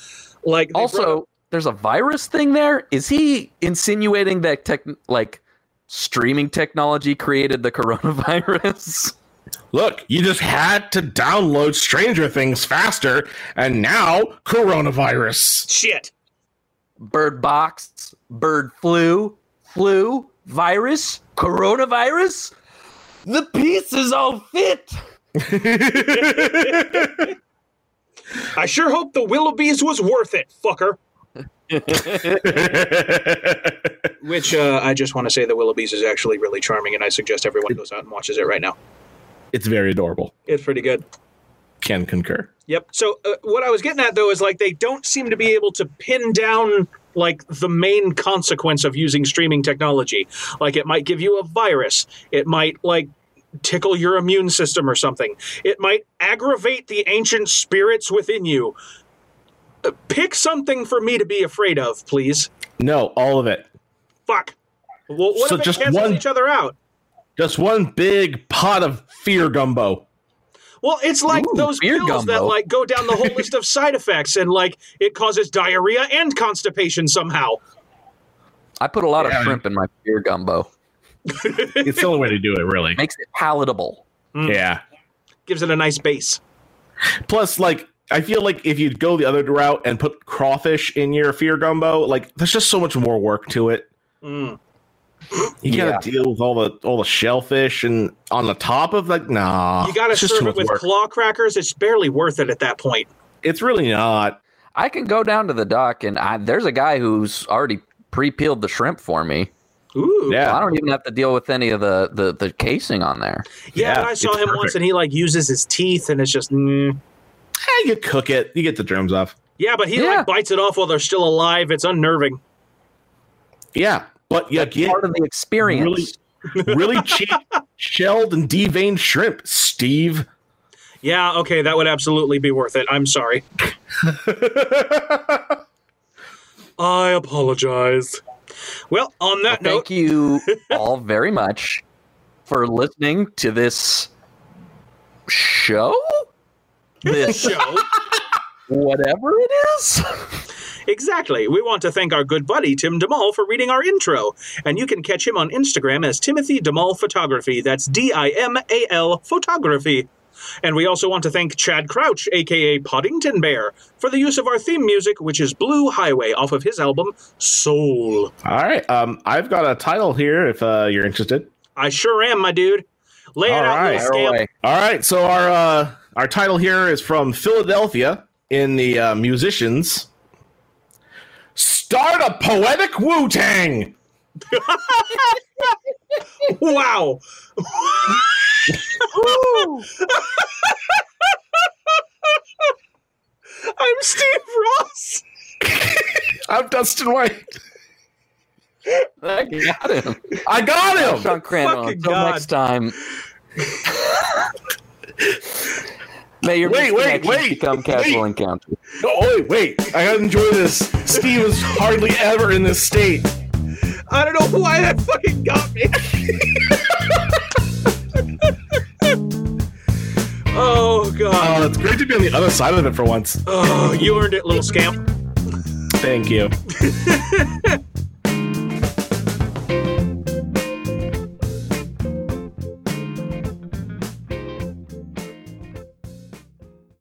Speaker 6: Like they brought up-
Speaker 4: also there's a virus thing there is he insinuating that tech like streaming technology created the coronavirus
Speaker 3: Look, you just had to download Stranger Things faster, and now coronavirus.
Speaker 6: shit.
Speaker 4: bird box bird flu flu virus coronavirus the pieces all fit
Speaker 6: I sure hope the Willoughbys was worth it, fucker. Which uh, I just want to say the Willoughbys is actually really charming, and I suggest everyone goes out and watches it right now.
Speaker 3: It's very adorable.
Speaker 6: It's pretty good.
Speaker 3: Can concur.
Speaker 6: Yep. So uh, what I was getting at though is like they don't seem to be able to pin down like the main consequence of using streaming technology. Like it might give you a virus. It might like tickle your immune system or something. It might aggravate the ancient spirits within you. Uh, Pick something for me to be afraid of, please.
Speaker 3: No, all of it.
Speaker 6: Fuck. Well, what
Speaker 3: So
Speaker 6: if it
Speaker 3: just
Speaker 6: cancels
Speaker 3: one-
Speaker 6: each other out?
Speaker 3: Just one big pot of fear gumbo.
Speaker 6: Well, it's like
Speaker 4: Ooh,
Speaker 6: those
Speaker 4: beer
Speaker 6: pills that
Speaker 4: gumbo.
Speaker 6: like go down the whole list of side effects, and like it causes diarrhea and constipation somehow.
Speaker 4: i put a lot
Speaker 3: Yeah.
Speaker 4: of shrimp in my beer gumbo
Speaker 3: It's the only way to do it, really.
Speaker 4: makes it palatable
Speaker 3: Yeah.
Speaker 6: gives it a nice base.
Speaker 3: Plus, like, I feel like if you'd go the other route and
Speaker 6: Hmm.
Speaker 3: put crawfish in your fear gumbo, like, there's just so much more work to it. You gotta deal with all the all the shellfish and on the top of like nah.
Speaker 6: You got to
Speaker 3: it's just
Speaker 6: serve
Speaker 3: too
Speaker 6: it
Speaker 3: much
Speaker 6: with
Speaker 3: work.
Speaker 6: claw crackers. It's barely worth it at that point.
Speaker 3: It's really not.
Speaker 4: I can go down to the dock and I, there's a guy who's already pre-peeled the shrimp for me.
Speaker 6: Ooh.
Speaker 3: Yeah.
Speaker 4: I don't even have to deal with any of the the, the casing on there.
Speaker 6: Yeah,
Speaker 3: Yeah,
Speaker 6: and I saw
Speaker 3: it's
Speaker 6: him once,
Speaker 3: perfect.
Speaker 6: and he like uses his teeth, and it's just. Mm.
Speaker 3: Eh, you cook it. You get the germs off.
Speaker 6: Yeah, but he
Speaker 4: Yeah.
Speaker 6: like bites it off while they're still alive. It's unnerving.
Speaker 3: Yeah, but you
Speaker 4: That's
Speaker 3: get
Speaker 4: part of the experience.
Speaker 3: really- really cheap shelled and deveined shrimp, Steve.
Speaker 6: Yeah, okay, that would absolutely be worth it. I'm sorry. I apologize. Well, on that note,
Speaker 4: Thank you all very much for listening to this show. This
Speaker 6: show.
Speaker 4: whatever it is.
Speaker 6: Exactly. We want to thank our good buddy Tim DeMall for reading our intro, and you can catch him on Instagram as Timothy DeMall Photography. That's D I M A L Photography. And we also want to thank Chad Crouch, aka Poddington Bear, for the use of our theme music, which is Blue Highway off of his album Soul.
Speaker 3: All right. Um, I've got a title here if uh, you're interested.
Speaker 6: I sure am, my dude. Lay it
Speaker 3: All
Speaker 6: out,
Speaker 3: right.
Speaker 6: little scamp.
Speaker 3: All right. So our uh, our title here is from Philadelphia in the uh, musicians. Start a poetic Wu Tang.
Speaker 6: Wow. I'm Steve Ross.
Speaker 3: I'm Dustin White.
Speaker 4: I got him.
Speaker 3: I got him.
Speaker 4: Sean Cranwell.
Speaker 6: Fucking
Speaker 4: Until
Speaker 6: God.
Speaker 4: next time. May your
Speaker 3: Wait, wait,
Speaker 4: misconnections
Speaker 3: wait,
Speaker 4: become casual encounters.
Speaker 3: Oh wait, wait! I gotta enjoy this. Steve is hardly ever in this state.
Speaker 6: I don't know why that fucking got me. oh, God.
Speaker 3: Uh, it's great to be on the other side of it for once.
Speaker 6: Oh, you earned it, little scamp.
Speaker 3: Thank you.